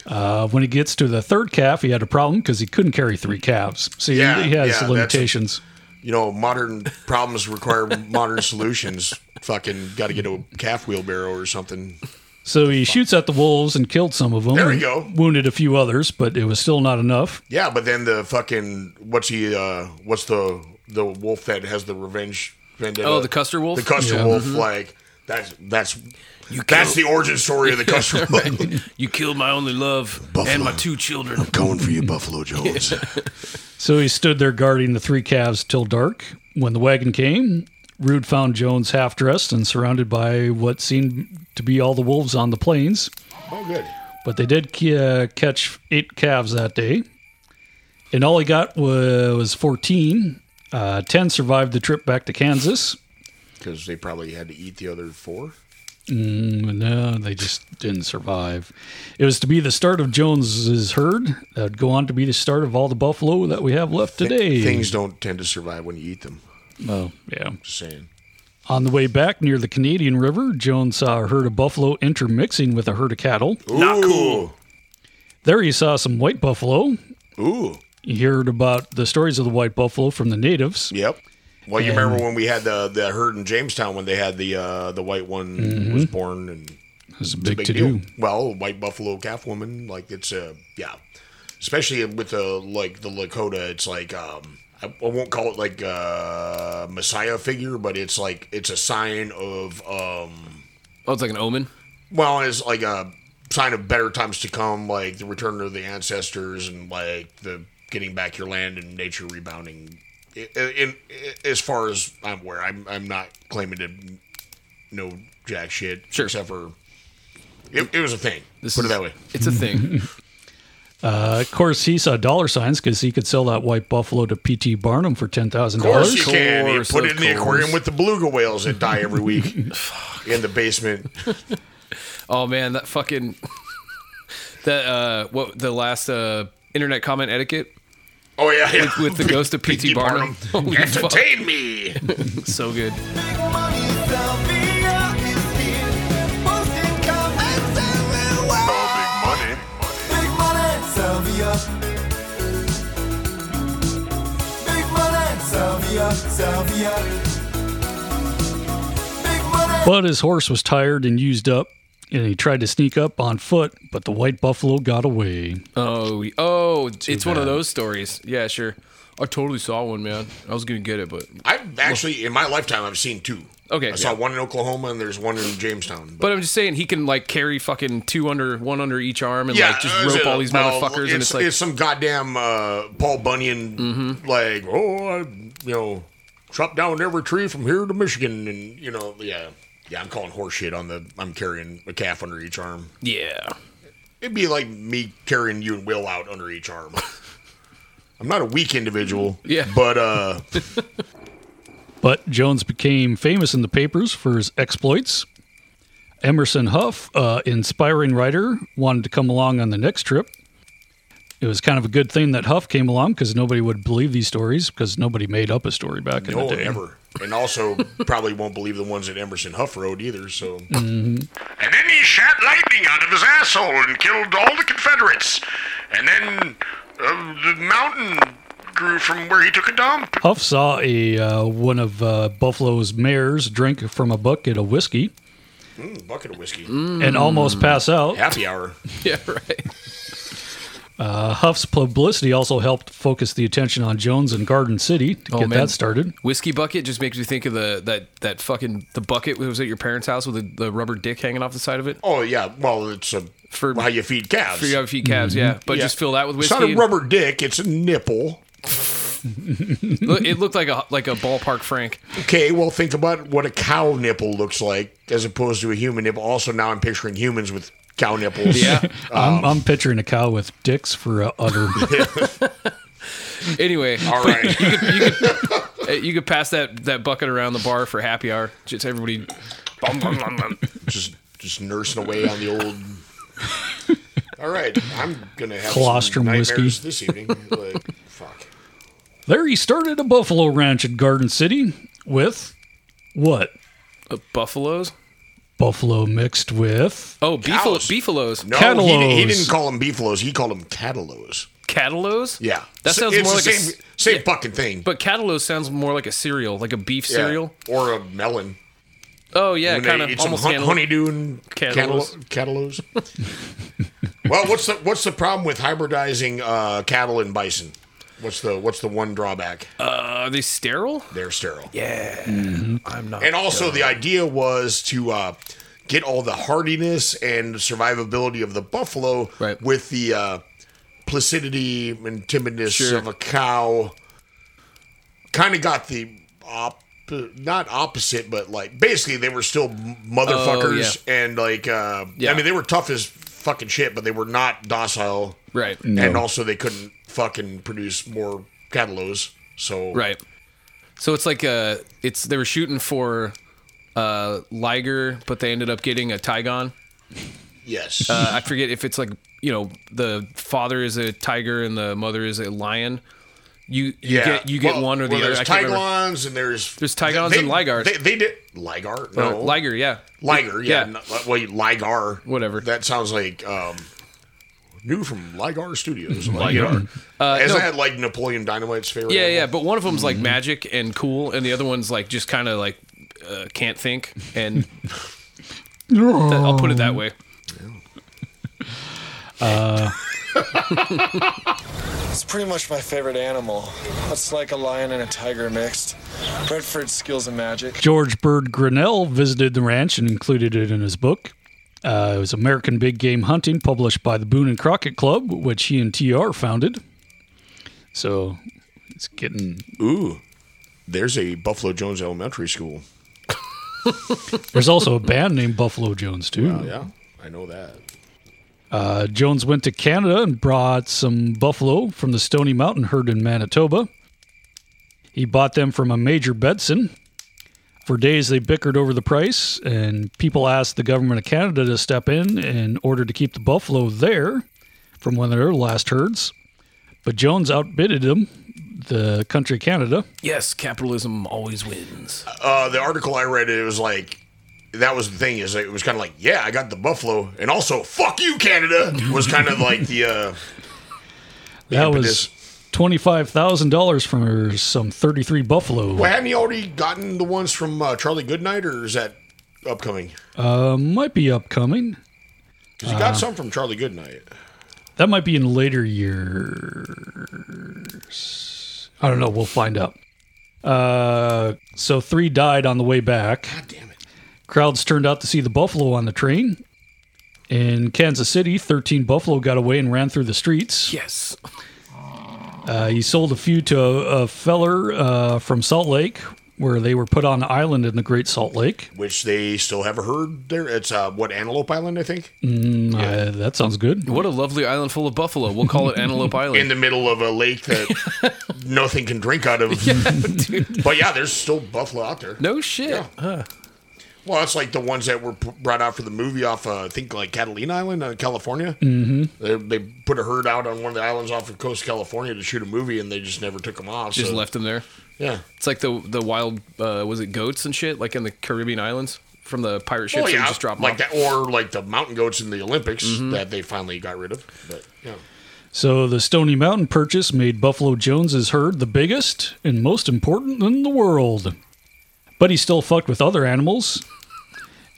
[SPEAKER 4] Uh, when he gets to the third calf, he had a problem because he couldn't carry three calves. See,
[SPEAKER 2] Yeah,
[SPEAKER 4] he has
[SPEAKER 2] yeah, that's-
[SPEAKER 4] limitations.
[SPEAKER 2] You know, modern problems require modern solutions. Fucking got to get a calf wheelbarrow or something.
[SPEAKER 4] So he shoots at the wolves and killed some of them.
[SPEAKER 2] There we
[SPEAKER 4] and
[SPEAKER 2] go.
[SPEAKER 4] Wounded a few others, but it was still not enough.
[SPEAKER 2] Yeah, but then the fucking what's he? uh What's the the wolf that has the revenge vendetta?
[SPEAKER 1] Oh, the Custer wolf?
[SPEAKER 2] The Custer
[SPEAKER 1] Yeah.
[SPEAKER 2] wolf.
[SPEAKER 1] Mhm.
[SPEAKER 2] Like that's that's that's the origin story of the Custer wolf.
[SPEAKER 1] you killed my only love and my two children. I'm
[SPEAKER 2] going for you, Buffalo Jones.
[SPEAKER 4] So he stood there guarding the three calves till dark. When the wagon came, Rude found Jones half dressed and surrounded by what seemed to be all the wolves on the plains.
[SPEAKER 2] Oh, good.
[SPEAKER 4] But they did ca- uh, catch eight calves that day. And all he got was, was 14. Uh, 10 survived the trip back to Kansas.
[SPEAKER 2] Because they probably had to eat the other four.
[SPEAKER 4] Mm, no, they just didn't survive. It was to be the start of Jones's herd. That would go on to be the start of all the buffalo that we have left
[SPEAKER 2] Thi-
[SPEAKER 4] today.
[SPEAKER 2] things don't tend to survive when you eat them.
[SPEAKER 4] Oh, yeah.
[SPEAKER 2] Just saying.
[SPEAKER 4] On the way back near the Canadian River, Jones saw a herd of buffalo intermixing with a herd of cattle.
[SPEAKER 2] Not cool.
[SPEAKER 4] There he saw some white buffalo.
[SPEAKER 2] Ooh.
[SPEAKER 4] He heard about the stories of the white buffalo from the natives.
[SPEAKER 2] Yep. Well, you
[SPEAKER 4] And-
[SPEAKER 2] remember when we had the the herd in Jamestown when they had the uh, the white one was born and
[SPEAKER 4] It was a
[SPEAKER 2] it's
[SPEAKER 4] Mm-hmm. big, to-do.
[SPEAKER 2] Well, white buffalo calf woman, like it's a yeah, especially with the like the Lakota, it's like um I, I won't call it like uh messiah figure, but it's like it's a sign of um
[SPEAKER 1] oh, it's like an omen.
[SPEAKER 2] Well, it's like a sign of better times to come, like the return of the ancestors and like the getting back your land and nature rebounding. I- I- In, i as far as I'm aware, I'm I'm not claiming to know jack shit, except for it, it was a thing. Put it that way.
[SPEAKER 1] It's a thing.
[SPEAKER 4] Uh, of course, he saw dollar signs because he could sell that white buffalo to P.T. Barnum for ten thousand
[SPEAKER 2] Of course you
[SPEAKER 4] dollars.
[SPEAKER 2] can. You
[SPEAKER 1] Course,
[SPEAKER 2] put it
[SPEAKER 1] of
[SPEAKER 2] in the aquarium
[SPEAKER 1] course.
[SPEAKER 2] with the beluga whales that die every week in the basement.
[SPEAKER 1] Oh man, that fucking that uh what the last uh internet comment etiquette
[SPEAKER 2] Oh yeah, yeah.
[SPEAKER 1] with the ghost of P.T. Barnum. Holy fuck.
[SPEAKER 2] Entertain me.
[SPEAKER 1] so good.
[SPEAKER 4] But his horse was tired and used up, and he tried to sneak up on foot, but the white buffalo got away.
[SPEAKER 1] Oh, we- oh, it's one of those stories. Yeah, sure. I totally saw one, man. I was gonna get it, but
[SPEAKER 2] I've actually in my lifetime I've seen two.
[SPEAKER 1] Okay,
[SPEAKER 2] I saw
[SPEAKER 1] yeah.
[SPEAKER 2] one in Oklahoma and there's one in Jamestown.
[SPEAKER 1] but I'm just saying he can like carry fucking two under one under each arm and like just
[SPEAKER 2] uh,
[SPEAKER 1] rope
[SPEAKER 2] uh,
[SPEAKER 1] all these
[SPEAKER 2] well,
[SPEAKER 1] motherfuckers,
[SPEAKER 2] It's,
[SPEAKER 1] and it's like
[SPEAKER 2] it's some goddamn uh, Paul Bunyan, like oh, I, you know, chop down every tree from here to Michigan, and you know, yeah, yeah. I'm calling horseshit on the. I'm carrying a calf under each arm.
[SPEAKER 1] yeah.
[SPEAKER 2] It'd be like me carrying you and Will out under each arm. I'm not a weak individual.
[SPEAKER 1] Yeah.
[SPEAKER 2] but uh,
[SPEAKER 4] But Jones became famous in the papers for his exploits. Emerson Huff, uh, inspiring writer, wanted to come along on the next trip. It was kind of a good thing that Huff came along because nobody would believe these stories because nobody made up a story back in
[SPEAKER 2] No,
[SPEAKER 4] the day.
[SPEAKER 2] never. And also, probably won't believe the ones at Emerson Huff Road either. So
[SPEAKER 4] Mhm.
[SPEAKER 11] Mm-hmm. And then he shot lightning out of his asshole and killed all the Confederates. And then uh, the mountain grew from where he took a dump.
[SPEAKER 4] Huff saw a uh, one of uh, Buffalo's mares drink from a bucket of whiskey
[SPEAKER 2] Mm, bucket of whiskey
[SPEAKER 4] and almost pass out.
[SPEAKER 2] Happy hour.
[SPEAKER 1] yeah, right.
[SPEAKER 4] Uh, Huff's publicity also helped focus the attention on Jones and Garden City to
[SPEAKER 1] Oh,
[SPEAKER 4] get
[SPEAKER 1] man.
[SPEAKER 4] that started.
[SPEAKER 1] Whiskey bucket just makes me think of the that that fucking the bucket that was at your parents' house with the, the rubber dick hanging off the side of it.
[SPEAKER 2] Oh yeah, well it's a
[SPEAKER 1] for
[SPEAKER 2] how you feed calves.
[SPEAKER 1] For how you feed calves, Mm-hmm. yeah. But just fill that with
[SPEAKER 2] It's
[SPEAKER 1] whiskey.
[SPEAKER 2] not a
[SPEAKER 1] and-
[SPEAKER 2] rubber dick. It's a nipple.
[SPEAKER 1] Look, it looked like a like a ballpark Frank.
[SPEAKER 2] Okay, well think about what a cow nipple looks like as opposed to a human nipple. Also, now I'm picturing humans with cow nipples.
[SPEAKER 4] I'm, I'm picturing a cow with dicks for uh, utter.
[SPEAKER 1] Anyway,
[SPEAKER 2] All right.
[SPEAKER 1] you could you could, uh, you could pass that that bucket around the bar for happy hour. Just everybody. Bum, bum, bum, bum.
[SPEAKER 2] just just nursing away on the old. All right, I'm gonna have some
[SPEAKER 4] Colostrum whiskey.
[SPEAKER 2] nightmares this evening. Like, fuck.
[SPEAKER 4] there he started a buffalo ranch at Garden City with what?
[SPEAKER 1] Uh, buffaloes.
[SPEAKER 4] Buffalo mixed with
[SPEAKER 1] Oh, beefalo, beefalos.
[SPEAKER 2] No, he, he
[SPEAKER 4] Catalows.
[SPEAKER 2] didn't call them beefaloes. He called them catalos.
[SPEAKER 1] Catalos.
[SPEAKER 2] Yeah,
[SPEAKER 1] That
[SPEAKER 2] So
[SPEAKER 1] sounds
[SPEAKER 2] it's
[SPEAKER 1] more
[SPEAKER 2] the
[SPEAKER 1] like a
[SPEAKER 2] same,
[SPEAKER 1] s-
[SPEAKER 2] same fucking thing.
[SPEAKER 1] But catalos sounds more like a cereal, like a beef
[SPEAKER 2] Yeah.
[SPEAKER 1] cereal.
[SPEAKER 2] or a melon.
[SPEAKER 1] Oh yeah,
[SPEAKER 2] When they
[SPEAKER 1] kind of
[SPEAKER 2] eat some
[SPEAKER 1] almost
[SPEAKER 2] hun-
[SPEAKER 1] cantaloupe.
[SPEAKER 2] honeydew and
[SPEAKER 1] Cantaloupes.
[SPEAKER 2] cantalo- cantaloupes. well, what's the what's the problem with hybridizing uh, cattle and bison? What's the what's the one drawback?
[SPEAKER 1] Uh, are they sterile?
[SPEAKER 2] They're sterile.
[SPEAKER 1] Yeah, I'm not.
[SPEAKER 2] And also, the idea was to uh, get all the hardiness and survivability of the buffalo
[SPEAKER 1] Right.
[SPEAKER 2] with the uh, placidity and timidness
[SPEAKER 1] Sure.
[SPEAKER 2] of a cow. Kind of got the op, not opposite, but like basically they were still m- motherfuckers and like uh,
[SPEAKER 1] Oh, Yeah.
[SPEAKER 2] I mean they were tough as fucking shit, but they were not docile,
[SPEAKER 1] right,
[SPEAKER 2] and also they couldn't fucking produce more catalogs. So
[SPEAKER 1] right. So it's like uh, it's they were shooting for uh Liger, but they ended up getting a Tygon.
[SPEAKER 2] yes,
[SPEAKER 1] Uh, I forget if it's like you know the father is a tiger and the mother is a lion. You you get you get
[SPEAKER 2] Well,
[SPEAKER 1] one or the
[SPEAKER 2] well,
[SPEAKER 1] other.
[SPEAKER 2] There's
[SPEAKER 1] I can't remember.
[SPEAKER 2] Tiglons and there's
[SPEAKER 1] There's Tigons
[SPEAKER 2] they-
[SPEAKER 1] and Ligars.
[SPEAKER 2] They, they did Ligar,
[SPEAKER 1] Or
[SPEAKER 2] no
[SPEAKER 1] Uh, Liger, yeah.
[SPEAKER 2] Liger, yeah.
[SPEAKER 1] Yeah.
[SPEAKER 2] no, well, Ligar,
[SPEAKER 1] Whatever.
[SPEAKER 2] That sounds like um, new from Ligar Studios.
[SPEAKER 1] Ligar.
[SPEAKER 2] Ligar,
[SPEAKER 1] Uh,
[SPEAKER 2] isn't
[SPEAKER 1] no.
[SPEAKER 2] that like Napoleon Dynamite's favorite?
[SPEAKER 1] Yeah,
[SPEAKER 2] album?
[SPEAKER 1] yeah, but one of them's
[SPEAKER 2] Mm-hmm.
[SPEAKER 1] like magic and cool, and the other one's like just kind of like uh, can't think, and th- I'll put it that way.
[SPEAKER 12] It's pretty much my favorite animal. It's like a lion and a tiger mixed. Redford's skills and magic.
[SPEAKER 4] George Bird Grinnell visited the ranch and included it in his book. Uh, it was American Big Game Hunting, published by the Boone and Crockett Club, which he and TR founded. So it's getting
[SPEAKER 2] Ooh, there's a Buffalo Jones Elementary School.
[SPEAKER 4] there's also a band named Buffalo Jones too.
[SPEAKER 2] Wow, yeah, I know that.
[SPEAKER 4] Uh, Jones went to Canada and brought some buffalo from the Stony Mountain herd in Manitoba. He bought them from a Major Bedson. For days, they bickered over the price, and people asked the government of Canada to step in in order to keep the buffalo there from one of their last herds. But Jones outbidded them, the country of Canada.
[SPEAKER 1] Yes, capitalism always wins.
[SPEAKER 2] Uh, the article I read, it was like. That was the thing is it was kind of like yeah I got the buffalo and also fuck you Canada was kind of like the uh,
[SPEAKER 4] That was
[SPEAKER 2] impetus.
[SPEAKER 4] $25,000 for some 33 buffalo.
[SPEAKER 2] Well, haven't you already gotten the ones from uh, Charlie Goodnight, or is that upcoming?
[SPEAKER 4] Uh, might be upcoming.
[SPEAKER 2] Because you got
[SPEAKER 1] Uh,
[SPEAKER 2] some from Charlie Goodnight.
[SPEAKER 4] That might be in later years. I don't know. We'll find out. Uh, so three died on the way back. God
[SPEAKER 2] damn it.
[SPEAKER 4] Crowds turned out to see the buffalo on the train. In Kansas City, 13 buffalo got away and ran through the streets.
[SPEAKER 1] Yes.
[SPEAKER 4] Uh, he sold a few to a, a feller uh, from Salt Lake, where they were put on an island in the Great Salt Lake.
[SPEAKER 2] Which they still have a herd there. It's uh, what Antelope Island, I think,
[SPEAKER 4] Mm, uh, that sounds good.
[SPEAKER 1] What a lovely island full of buffalo. We'll call it Antelope Island.
[SPEAKER 2] in the middle of a lake that nothing can drink out of.
[SPEAKER 1] yeah, dude.
[SPEAKER 2] But yeah, there's still buffalo out there.
[SPEAKER 1] No shit.
[SPEAKER 2] Yeah. Well, that's like the ones that were p- brought out for the movie off, uh, I think, like Catalina Island, uh, California.
[SPEAKER 4] Mm-hmm.
[SPEAKER 2] They, they put a herd out on one of the islands off the coast of California to shoot a movie, and they just never took them off.
[SPEAKER 1] Just
[SPEAKER 2] so-
[SPEAKER 1] left them there.
[SPEAKER 2] Yeah.
[SPEAKER 1] It's like the the wild uh, was it goats and shit like in the Caribbean islands from the pirate ships.
[SPEAKER 2] Well,
[SPEAKER 1] and
[SPEAKER 2] Oh, yeah,
[SPEAKER 1] just drop 'em
[SPEAKER 2] like
[SPEAKER 1] off.
[SPEAKER 2] that, or like the mountain goats in the Olympics
[SPEAKER 4] Mm-hmm.
[SPEAKER 1] Mhm.
[SPEAKER 2] that they finally got rid of. But yeah,
[SPEAKER 4] So the Stony Mountain purchase made Buffalo Jones's herd the biggest and most important in the world. But he still fucked with other animals.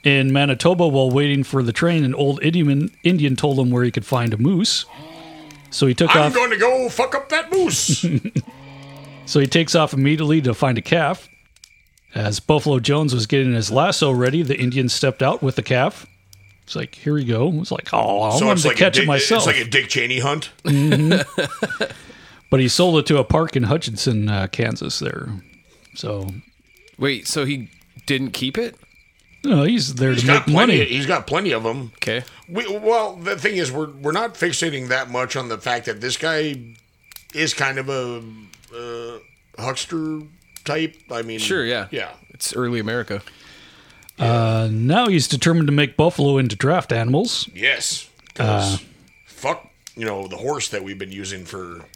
[SPEAKER 4] In Manitoba, while waiting for the train, an old Indian, Indian told him where he could find a moose. So he took
[SPEAKER 2] I'm
[SPEAKER 4] off.
[SPEAKER 2] going to go fuck up that moose.
[SPEAKER 4] so he takes off immediately to find a calf. As Buffalo Jones was getting his lasso ready, the Indian stepped out with the calf. It's like, here we go. It's like, oh, I wanted to
[SPEAKER 2] like a
[SPEAKER 4] catch
[SPEAKER 2] Dick-
[SPEAKER 4] it myself.
[SPEAKER 2] It's like a Dick Cheney hunt.
[SPEAKER 4] Mhm. but he sold it to a park in Hutchinson, uh, Kansas. There, so
[SPEAKER 1] Wait, so he didn't keep it?
[SPEAKER 4] no, he's there
[SPEAKER 2] He's
[SPEAKER 4] to
[SPEAKER 2] got
[SPEAKER 4] make
[SPEAKER 2] plenty.
[SPEAKER 4] money.
[SPEAKER 2] He's got plenty of them.
[SPEAKER 1] Okay.
[SPEAKER 2] We, well, the thing is, we're we're not fixating that much on the fact that this guy is kind of a uh, huckster type. I mean,
[SPEAKER 1] Sure, yeah.
[SPEAKER 2] yeah.
[SPEAKER 1] It's early America.
[SPEAKER 4] Uh, now he's determined to make buffalo into draft animals.
[SPEAKER 2] Yes. 'Cause fuck, you know, the horse that we've been using for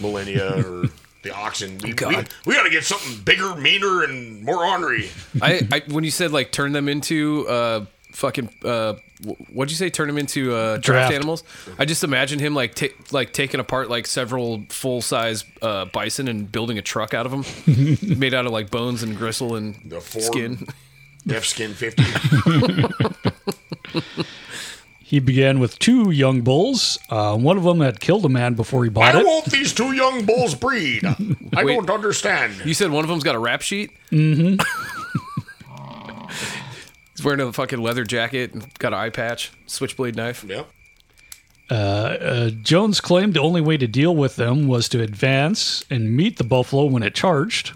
[SPEAKER 2] millennia or the oxen. We,
[SPEAKER 1] God.
[SPEAKER 2] we, we got to get something bigger, meaner, and more ornery.
[SPEAKER 1] I, I when you said like turn them into uh fucking uh wh- what'd you say turn them into uh draft,
[SPEAKER 4] Draft.
[SPEAKER 1] animals? I just imagine him like ta- like taking apart like several full size uh bison and building a truck out of them made out of like bones and gristle and
[SPEAKER 2] The Ford
[SPEAKER 1] skin.
[SPEAKER 2] Def Skin 50.
[SPEAKER 4] He began with two young bulls. Uh, one of them had killed a man before he bought
[SPEAKER 2] Why
[SPEAKER 4] it.
[SPEAKER 2] won't these two young bulls breed? I
[SPEAKER 1] Wait.
[SPEAKER 2] don't understand.
[SPEAKER 1] You said one of them's got a rap sheet.
[SPEAKER 4] hmm
[SPEAKER 1] He's wearing a fucking leather jacket and got an eye patch, switchblade knife.
[SPEAKER 2] Yep.
[SPEAKER 4] Uh, uh, Jones claimed the only way to deal with them was to advance and meet the buffalo when it charged.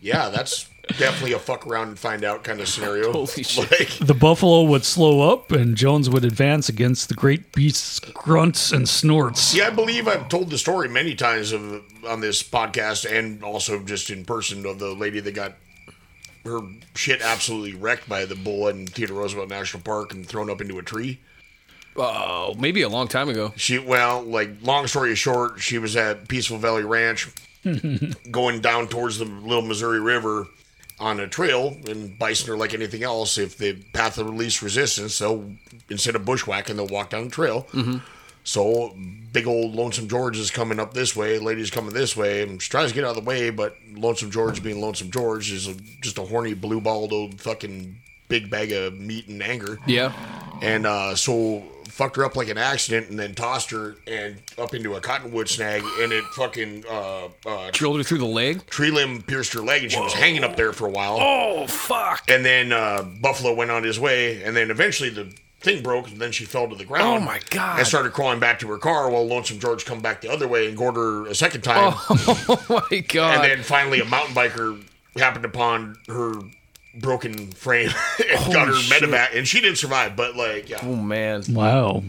[SPEAKER 2] Yeah, that's definitely a fuck around and find out kind of scenario. Holy shit. Like,
[SPEAKER 4] The buffalo would slow up, and Jones would advance against the great beast's grunts and snorts.
[SPEAKER 2] yeah, I believe I've told the story many times of on this podcast and also just in person of the lady that got her shit absolutely wrecked by the bull in Theodore Roosevelt National Park and thrown up into a tree.
[SPEAKER 1] Oh, maybe a long time ago.
[SPEAKER 2] She well, like long story short, she was at Peaceful Valley Ranch going down towards the Little Missouri River on a trail, and bison are like anything else if the path of least resistance. They'll instead of bushwhacking, they'll walk down the trail.
[SPEAKER 1] Mhm.
[SPEAKER 2] So big old Lonesome George is coming up this way, lady's coming this way, and she tries to get out of the way, but Lonesome George, being Lonesome George, is a, just a horny, blue-balled old fucking big bag of meat and anger
[SPEAKER 1] Yeah.
[SPEAKER 2] and uh, so fucked her up like an accident, and then tossed her and up into a cottonwood snag, and it fucking uh, uh,
[SPEAKER 1] Drilled her through the leg.
[SPEAKER 2] tree limb pierced her leg, and she was hanging up there for a while.
[SPEAKER 1] Oh fuck!
[SPEAKER 2] And then uh, Buffalo went on his way, and then eventually the thing broke, and then she fell to the ground.
[SPEAKER 1] Oh, my God.
[SPEAKER 2] And started crawling back to her car while Lonesome George come back the other way and gored her a second time.
[SPEAKER 1] Oh my god!
[SPEAKER 2] And then finally, a mountain biker happened upon her broken frame and got her
[SPEAKER 1] Holy shit.
[SPEAKER 2] medevac, and she didn't survive. But like, yeah.
[SPEAKER 1] oh man,
[SPEAKER 4] Wow.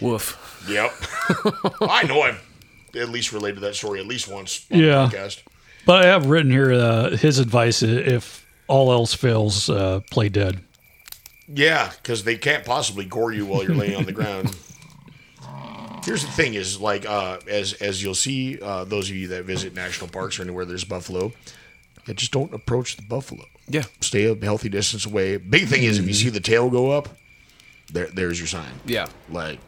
[SPEAKER 1] woof.
[SPEAKER 2] Yep. I know I've at least related that story at least once on
[SPEAKER 4] Yeah.
[SPEAKER 2] the podcast.
[SPEAKER 4] But I have written here uh, his advice i- if all else fails, uh, play dead.
[SPEAKER 2] Yeah, because they can't possibly gore you while you're laying on the ground. Here's the thing: is like uh, as as you'll see, uh, those of you that visit national parks or anywhere there's buffalo, yeah, just don't approach the buffalo.
[SPEAKER 1] Yeah.
[SPEAKER 2] stay a healthy distance away. Big thing is if you see the tail go up, there there's your sign.
[SPEAKER 1] Yeah.
[SPEAKER 2] Like,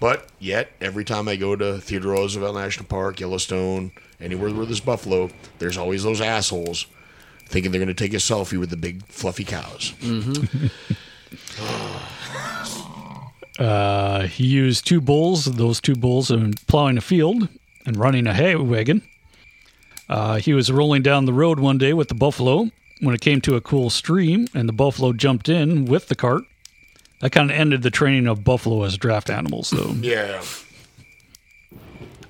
[SPEAKER 2] but yet every time I go to Theodore Roosevelt National Park, Yellowstone, anywhere where there's buffalo, there's always those assholes thinking they're going to take a selfie with the big fluffy cows.
[SPEAKER 1] Mm-hmm.
[SPEAKER 4] Uh, he used two bulls, those two bulls, in plowing a field and running a hay wagon. Uh, he was rolling down the road one day with the buffalo when it came to a cool stream, and the buffalo jumped in with the cart. That kind of ended the training of buffalo as draft animals, though.
[SPEAKER 2] Yeah.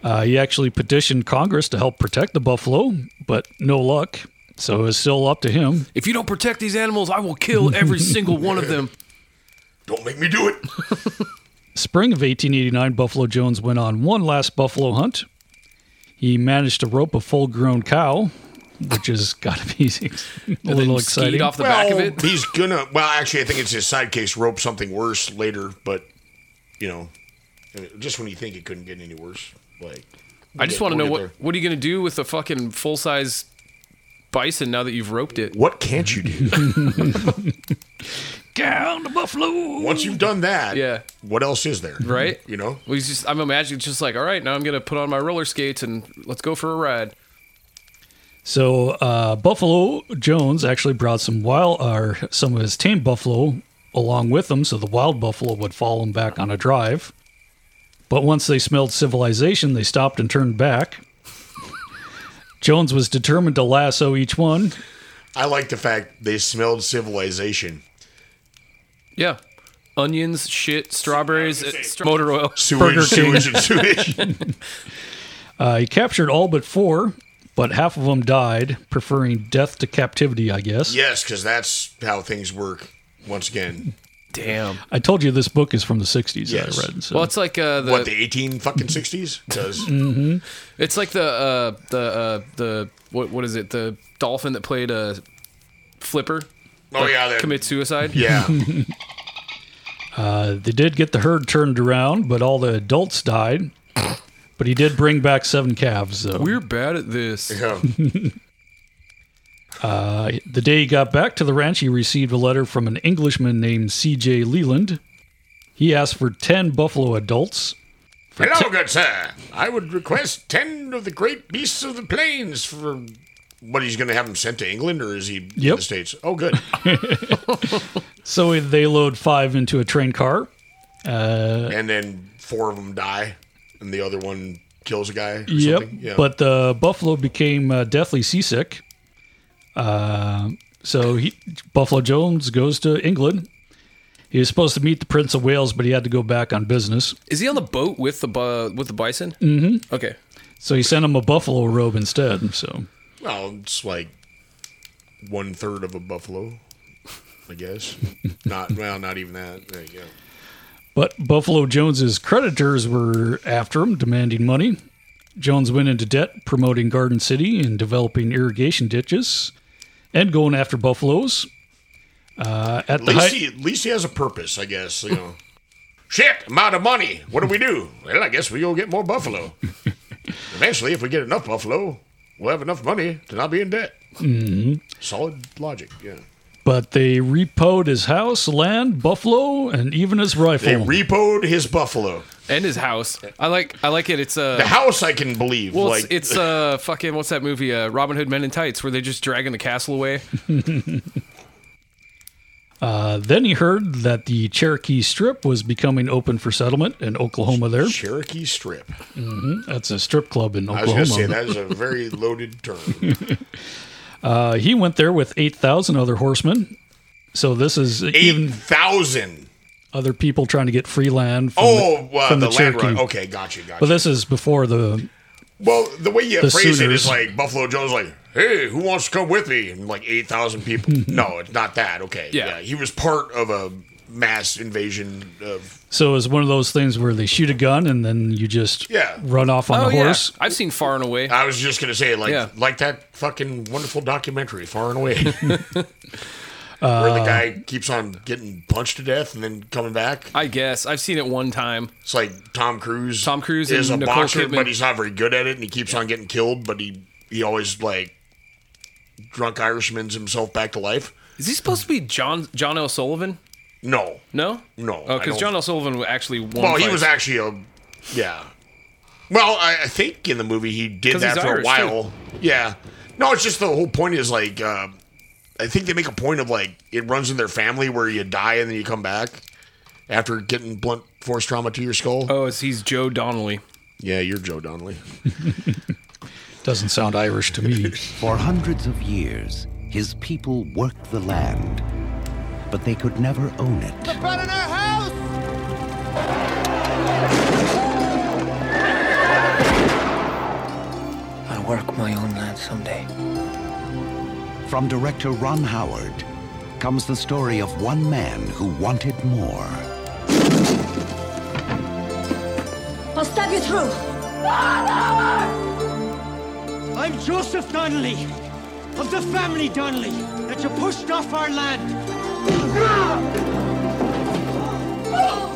[SPEAKER 4] Uh, he actually petitioned Congress to help protect the buffalo, but no luck. So it was still up to him.
[SPEAKER 1] If you don't protect these animals, I will kill every single one of them.
[SPEAKER 2] Don't make me do it.
[SPEAKER 4] Spring of 1889, Buffalo Jones went on one last buffalo hunt. He managed to rope a full grown cow, which has got to be a little exciting.
[SPEAKER 2] Well, He's gonna. Well, actually, I think it's his side case rope something worse later, but you know, just when you think it couldn't get any worse, like
[SPEAKER 1] I just
[SPEAKER 2] we'll
[SPEAKER 1] want to know
[SPEAKER 2] get
[SPEAKER 1] what
[SPEAKER 2] there.
[SPEAKER 1] what are you going to do with the fucking full size bison now that you've roped it?
[SPEAKER 2] What can't you do?
[SPEAKER 4] Down to Buffalo.
[SPEAKER 2] Once you've done that,
[SPEAKER 1] yeah.
[SPEAKER 2] What else is there?
[SPEAKER 1] Right?
[SPEAKER 2] You know.
[SPEAKER 1] Well, he's just I'm imagining just like, all right, now I'm going to put on my roller skates and let's go for a ride.
[SPEAKER 4] So uh, Buffalo Jones actually brought some wild, or some of his tame buffalo along with him, so the wild buffalo would follow him back on a drive. But once they smelled civilization, they stopped and turned back. Jones was determined to lasso each one.
[SPEAKER 2] I like the fact they smelled civilization.
[SPEAKER 1] Yeah. Onions, shit, strawberries, uh, stra- motor oil,
[SPEAKER 4] Burger King. Uh, he captured all but four, but half of them died, preferring death to captivity, I guess.
[SPEAKER 2] Yes, because that's how things work. Once again,
[SPEAKER 1] damn.
[SPEAKER 4] I told you this book is from the 60s
[SPEAKER 2] Yes.
[SPEAKER 4] that I read. So.
[SPEAKER 1] Well, it's like uh, the
[SPEAKER 2] what the eighteen fucking sixties? oh, Because
[SPEAKER 4] Mhm.
[SPEAKER 1] It's like the uh, the uh, the what what is it? The dolphin that played uh, flipper.
[SPEAKER 2] Oh, yeah, that-
[SPEAKER 1] commit suicide.
[SPEAKER 4] uh, they did get the herd turned around, but all the adults died. But he did bring back seven calves, though.
[SPEAKER 1] we're bad at this.
[SPEAKER 4] Uh, the day he got back to the ranch, he received a letter from an Englishman named C.J. Leland. He asked for 10 buffalo adults.
[SPEAKER 2] Hello, good sir. I would request ten of the great beasts of the plains for. What he's going to have them sent to England, or is he in
[SPEAKER 4] Yep.
[SPEAKER 2] the states? Oh, good.
[SPEAKER 4] So they load five into a train car. Uh,
[SPEAKER 2] and then four of them die, and the other one kills a guy. Or
[SPEAKER 4] Yep.
[SPEAKER 2] something. Yeah.
[SPEAKER 4] But the buffalo became uh, deathly seasick. Uh, so he, Buffalo Jones goes to England. He was supposed to meet the Prince of Wales, but he had to go back on business.
[SPEAKER 1] Is he on the boat with the bu- with the bison?
[SPEAKER 4] hmm
[SPEAKER 1] Okay.
[SPEAKER 4] So he sent him a buffalo robe instead. So
[SPEAKER 2] well, it's like one third of a buffalo, I guess. not well, not even that. There you go.
[SPEAKER 4] But Buffalo Jones's creditors were after him, demanding money. Jones went into debt, promoting Garden City and developing irrigation ditches, and going after buffaloes. Uh,
[SPEAKER 2] At
[SPEAKER 4] at the
[SPEAKER 2] least,
[SPEAKER 4] height,
[SPEAKER 2] he, at least he has a purpose, I guess. You know. Shit, I'm out of money. What do we do? Well, I guess we go get more buffalo. Eventually, if we get enough buffalo, we'll have enough money to not be in debt.
[SPEAKER 4] Mhm.
[SPEAKER 2] Solid logic. Yeah.
[SPEAKER 4] but they repoed his house, land, buffalo, and even his rifle.
[SPEAKER 2] They repoed his buffalo.
[SPEAKER 1] And his house. I like I like it. It's uh,
[SPEAKER 2] The house I can believe.
[SPEAKER 1] Well,
[SPEAKER 2] like
[SPEAKER 1] it's, it's uh, fucking what's that movie? Uh, Robin Hood Men in Tights, where they're just dragging the castle away.
[SPEAKER 4] uh, then he heard that the Cherokee Strip was becoming open for settlement in Oklahoma. There,
[SPEAKER 2] Cherokee Strip.
[SPEAKER 4] hmm that's a strip club in
[SPEAKER 2] I
[SPEAKER 4] Oklahoma.
[SPEAKER 2] was going to say that is a very loaded term.
[SPEAKER 4] Uh, he went there with 8,000 other horsemen. So this is even
[SPEAKER 2] 8,000.
[SPEAKER 4] other people trying to get free land from
[SPEAKER 2] Oh,
[SPEAKER 4] the,
[SPEAKER 2] uh,
[SPEAKER 4] from
[SPEAKER 2] the, land
[SPEAKER 4] Cherokee.
[SPEAKER 2] run. Okay, gotcha, gotcha.
[SPEAKER 4] But this is before the
[SPEAKER 2] well, the way you
[SPEAKER 4] the
[SPEAKER 2] phrase it
[SPEAKER 4] Sooners.
[SPEAKER 2] is like Buffalo Joe's like, hey, who wants to come with me? And like 8,000 people. no, it's not that. Okay. Yeah. He was part of a mass invasion of.
[SPEAKER 4] so it's one of those things where they shoot a gun and then you just
[SPEAKER 2] Yeah.
[SPEAKER 4] run off on
[SPEAKER 1] oh
[SPEAKER 4] a horse.
[SPEAKER 1] yeah, I've seen Far and Away.
[SPEAKER 2] I was just going to say, like,
[SPEAKER 1] Yeah.
[SPEAKER 2] like that fucking wonderful documentary, Far and Away, where the
[SPEAKER 1] Uh,
[SPEAKER 2] guy keeps on getting punched to death and then coming back.
[SPEAKER 1] I guess I've seen it one time.
[SPEAKER 2] It's like Tom Cruise.
[SPEAKER 1] Tom Cruise
[SPEAKER 2] is a
[SPEAKER 1] and Nicole
[SPEAKER 2] boxer,
[SPEAKER 1] Kidman.
[SPEAKER 2] but he's not very good at it, and he keeps on getting killed. But he he always like drunk Irishman's himself back to life.
[SPEAKER 1] Is he supposed to be John John O'Sullivan?
[SPEAKER 2] No,
[SPEAKER 1] No,
[SPEAKER 2] no.
[SPEAKER 1] Oh,
[SPEAKER 2] I
[SPEAKER 1] because
[SPEAKER 2] don't-
[SPEAKER 1] John O'Sullivan actually won.
[SPEAKER 2] Well, he
[SPEAKER 1] fights.
[SPEAKER 2] was actually a yeah. Well, I, I think in the movie he did
[SPEAKER 1] 'Cause
[SPEAKER 2] that
[SPEAKER 1] he's
[SPEAKER 2] for a
[SPEAKER 1] Irish,
[SPEAKER 2] while. Yeah. No, it's just the whole point is like uh, I think they make a point of like it runs in their family where you die and then you come back after getting blunt force trauma to your skull.
[SPEAKER 1] Oh, it's, he's Joe Donnelly.
[SPEAKER 2] Yeah, you're Joe Donnelly.
[SPEAKER 4] Doesn't sound Irish to me.
[SPEAKER 13] For hundreds of years, his people worked the land, but they could never own it.
[SPEAKER 3] They're burning our house!
[SPEAKER 13] I'll work my own land someday. From director Ron Howard comes the story of one man who wanted more.
[SPEAKER 14] I'll stab you through. I'm Joseph Donnelly,
[SPEAKER 15] of the family Donnelly that you pushed off our land.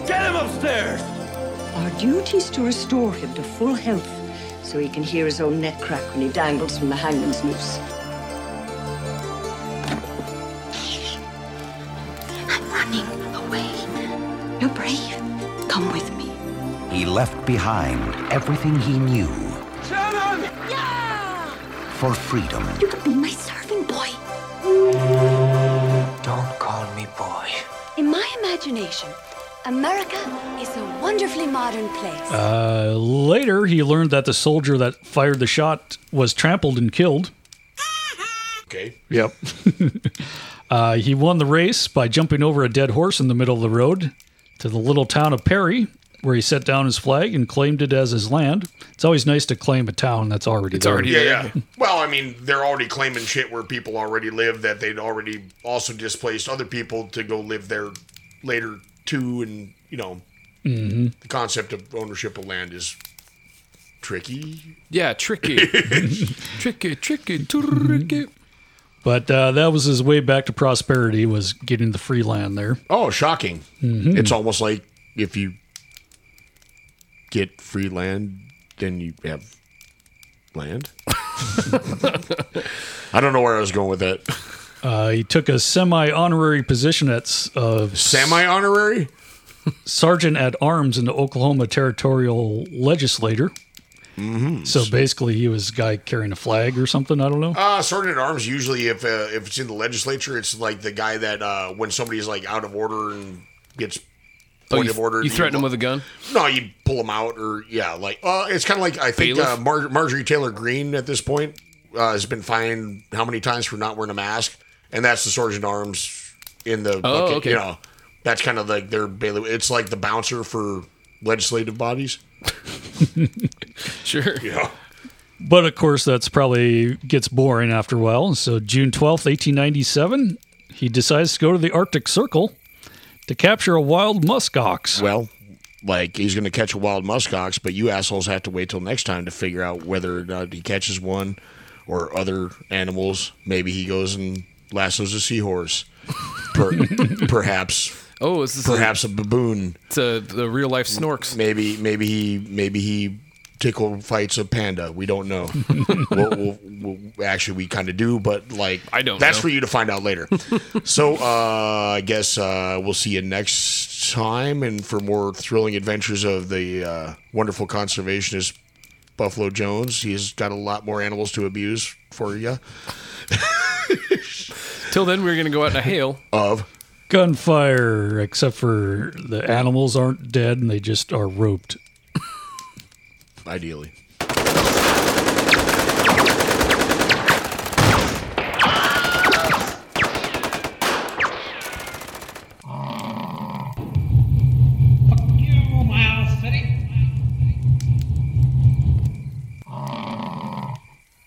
[SPEAKER 16] Get him upstairs!
[SPEAKER 14] Our duty is to restore him to full health so he can hear his own neck crack when he dangles from the hangman's noose.
[SPEAKER 16] I'm running away. You're brave. Come with me.
[SPEAKER 13] He left behind everything he knew
[SPEAKER 16] Shannon!
[SPEAKER 13] for freedom.
[SPEAKER 16] You could be my serving boy.
[SPEAKER 17] Don't call me boy.
[SPEAKER 16] In my imagination, America is a wonderfully modern place.
[SPEAKER 4] Uh, later, he learned that the soldier that fired the shot was trampled and killed.
[SPEAKER 2] Okay.
[SPEAKER 4] Yep. uh, he won the race by jumping over a dead horse in the middle of the road to the little town of Perry, where he set down his flag and claimed it as his land. It's always nice to claim a town that's already there.
[SPEAKER 2] yeah, yeah. Well, I mean, they're already claiming shit where people already live that they'd already also displaced other people to go live there later too, and you know,
[SPEAKER 4] hmm
[SPEAKER 2] the concept of ownership of land is tricky.
[SPEAKER 1] Yeah, tricky, tricky, tricky,
[SPEAKER 4] Mm-hmm.
[SPEAKER 1] tricky. Oh,
[SPEAKER 4] But uh, that was his way back to prosperity was getting the free land there.
[SPEAKER 2] Oh, shocking!
[SPEAKER 4] Mhm.
[SPEAKER 2] It's almost like if you get free land, then you have land. I don't know where I was going with that.
[SPEAKER 4] Uh, he took a semi honorary position at s- of
[SPEAKER 2] semi honorary
[SPEAKER 4] sergeant at arms in the Oklahoma territorial legislator.
[SPEAKER 2] Mm-hmm.
[SPEAKER 4] So basically, he was a guy carrying a flag or something. I don't know.
[SPEAKER 2] Uh, sergeant at arms usually, if uh, if it's in the legislature, it's like the guy that uh, when somebody's like out of order and gets
[SPEAKER 1] Oh,
[SPEAKER 2] point
[SPEAKER 1] you-
[SPEAKER 2] of order,
[SPEAKER 1] you threaten him with a gun.
[SPEAKER 2] No, you pull him out, or yeah, like uh, it's kind of like I think uh,
[SPEAKER 1] Bailiff?
[SPEAKER 2] Mar- Marjorie Taylor Greene at this point uh, has been fined how many times for not wearing a mask, and that's the sergeant at arms in the
[SPEAKER 1] Oh,
[SPEAKER 2] bucket,
[SPEAKER 1] okay.
[SPEAKER 2] you know. That's kind of like their bailiff. It's like the bouncer for legislative bodies.
[SPEAKER 1] sure.
[SPEAKER 2] Yeah.
[SPEAKER 4] But of course, that's probably gets boring after a while. So June twelfth, eighteen ninety-seven, he decides to go to the Arctic Circle to capture a wild musk ox.
[SPEAKER 2] Well, like he's going to catch a wild muskox, but you assholes have to wait till next time to figure out whether or not he catches one or other animals. Maybe he goes and lassos a seahorse, per, perhaps.
[SPEAKER 1] Oh, is this a-
[SPEAKER 2] perhaps a, baboon?
[SPEAKER 1] It's a the real life snorks.
[SPEAKER 2] Maybe, maybe he, maybe he tickle fights a panda. We don't know. we'll, we'll, we'll, actually, we kind of do, but like I
[SPEAKER 1] don't
[SPEAKER 2] That's
[SPEAKER 1] know.
[SPEAKER 2] for you to find out later. so uh, I guess uh, we'll see you next time, and for more thrilling adventures of the uh, wonderful conservationist Buffalo Jones. He's got a lot more animals to abuse for you.
[SPEAKER 1] Till then, we're gonna go out in a hail.
[SPEAKER 2] Of
[SPEAKER 4] Gunfire, except for the animals aren't dead and they just are roped.
[SPEAKER 2] ideally.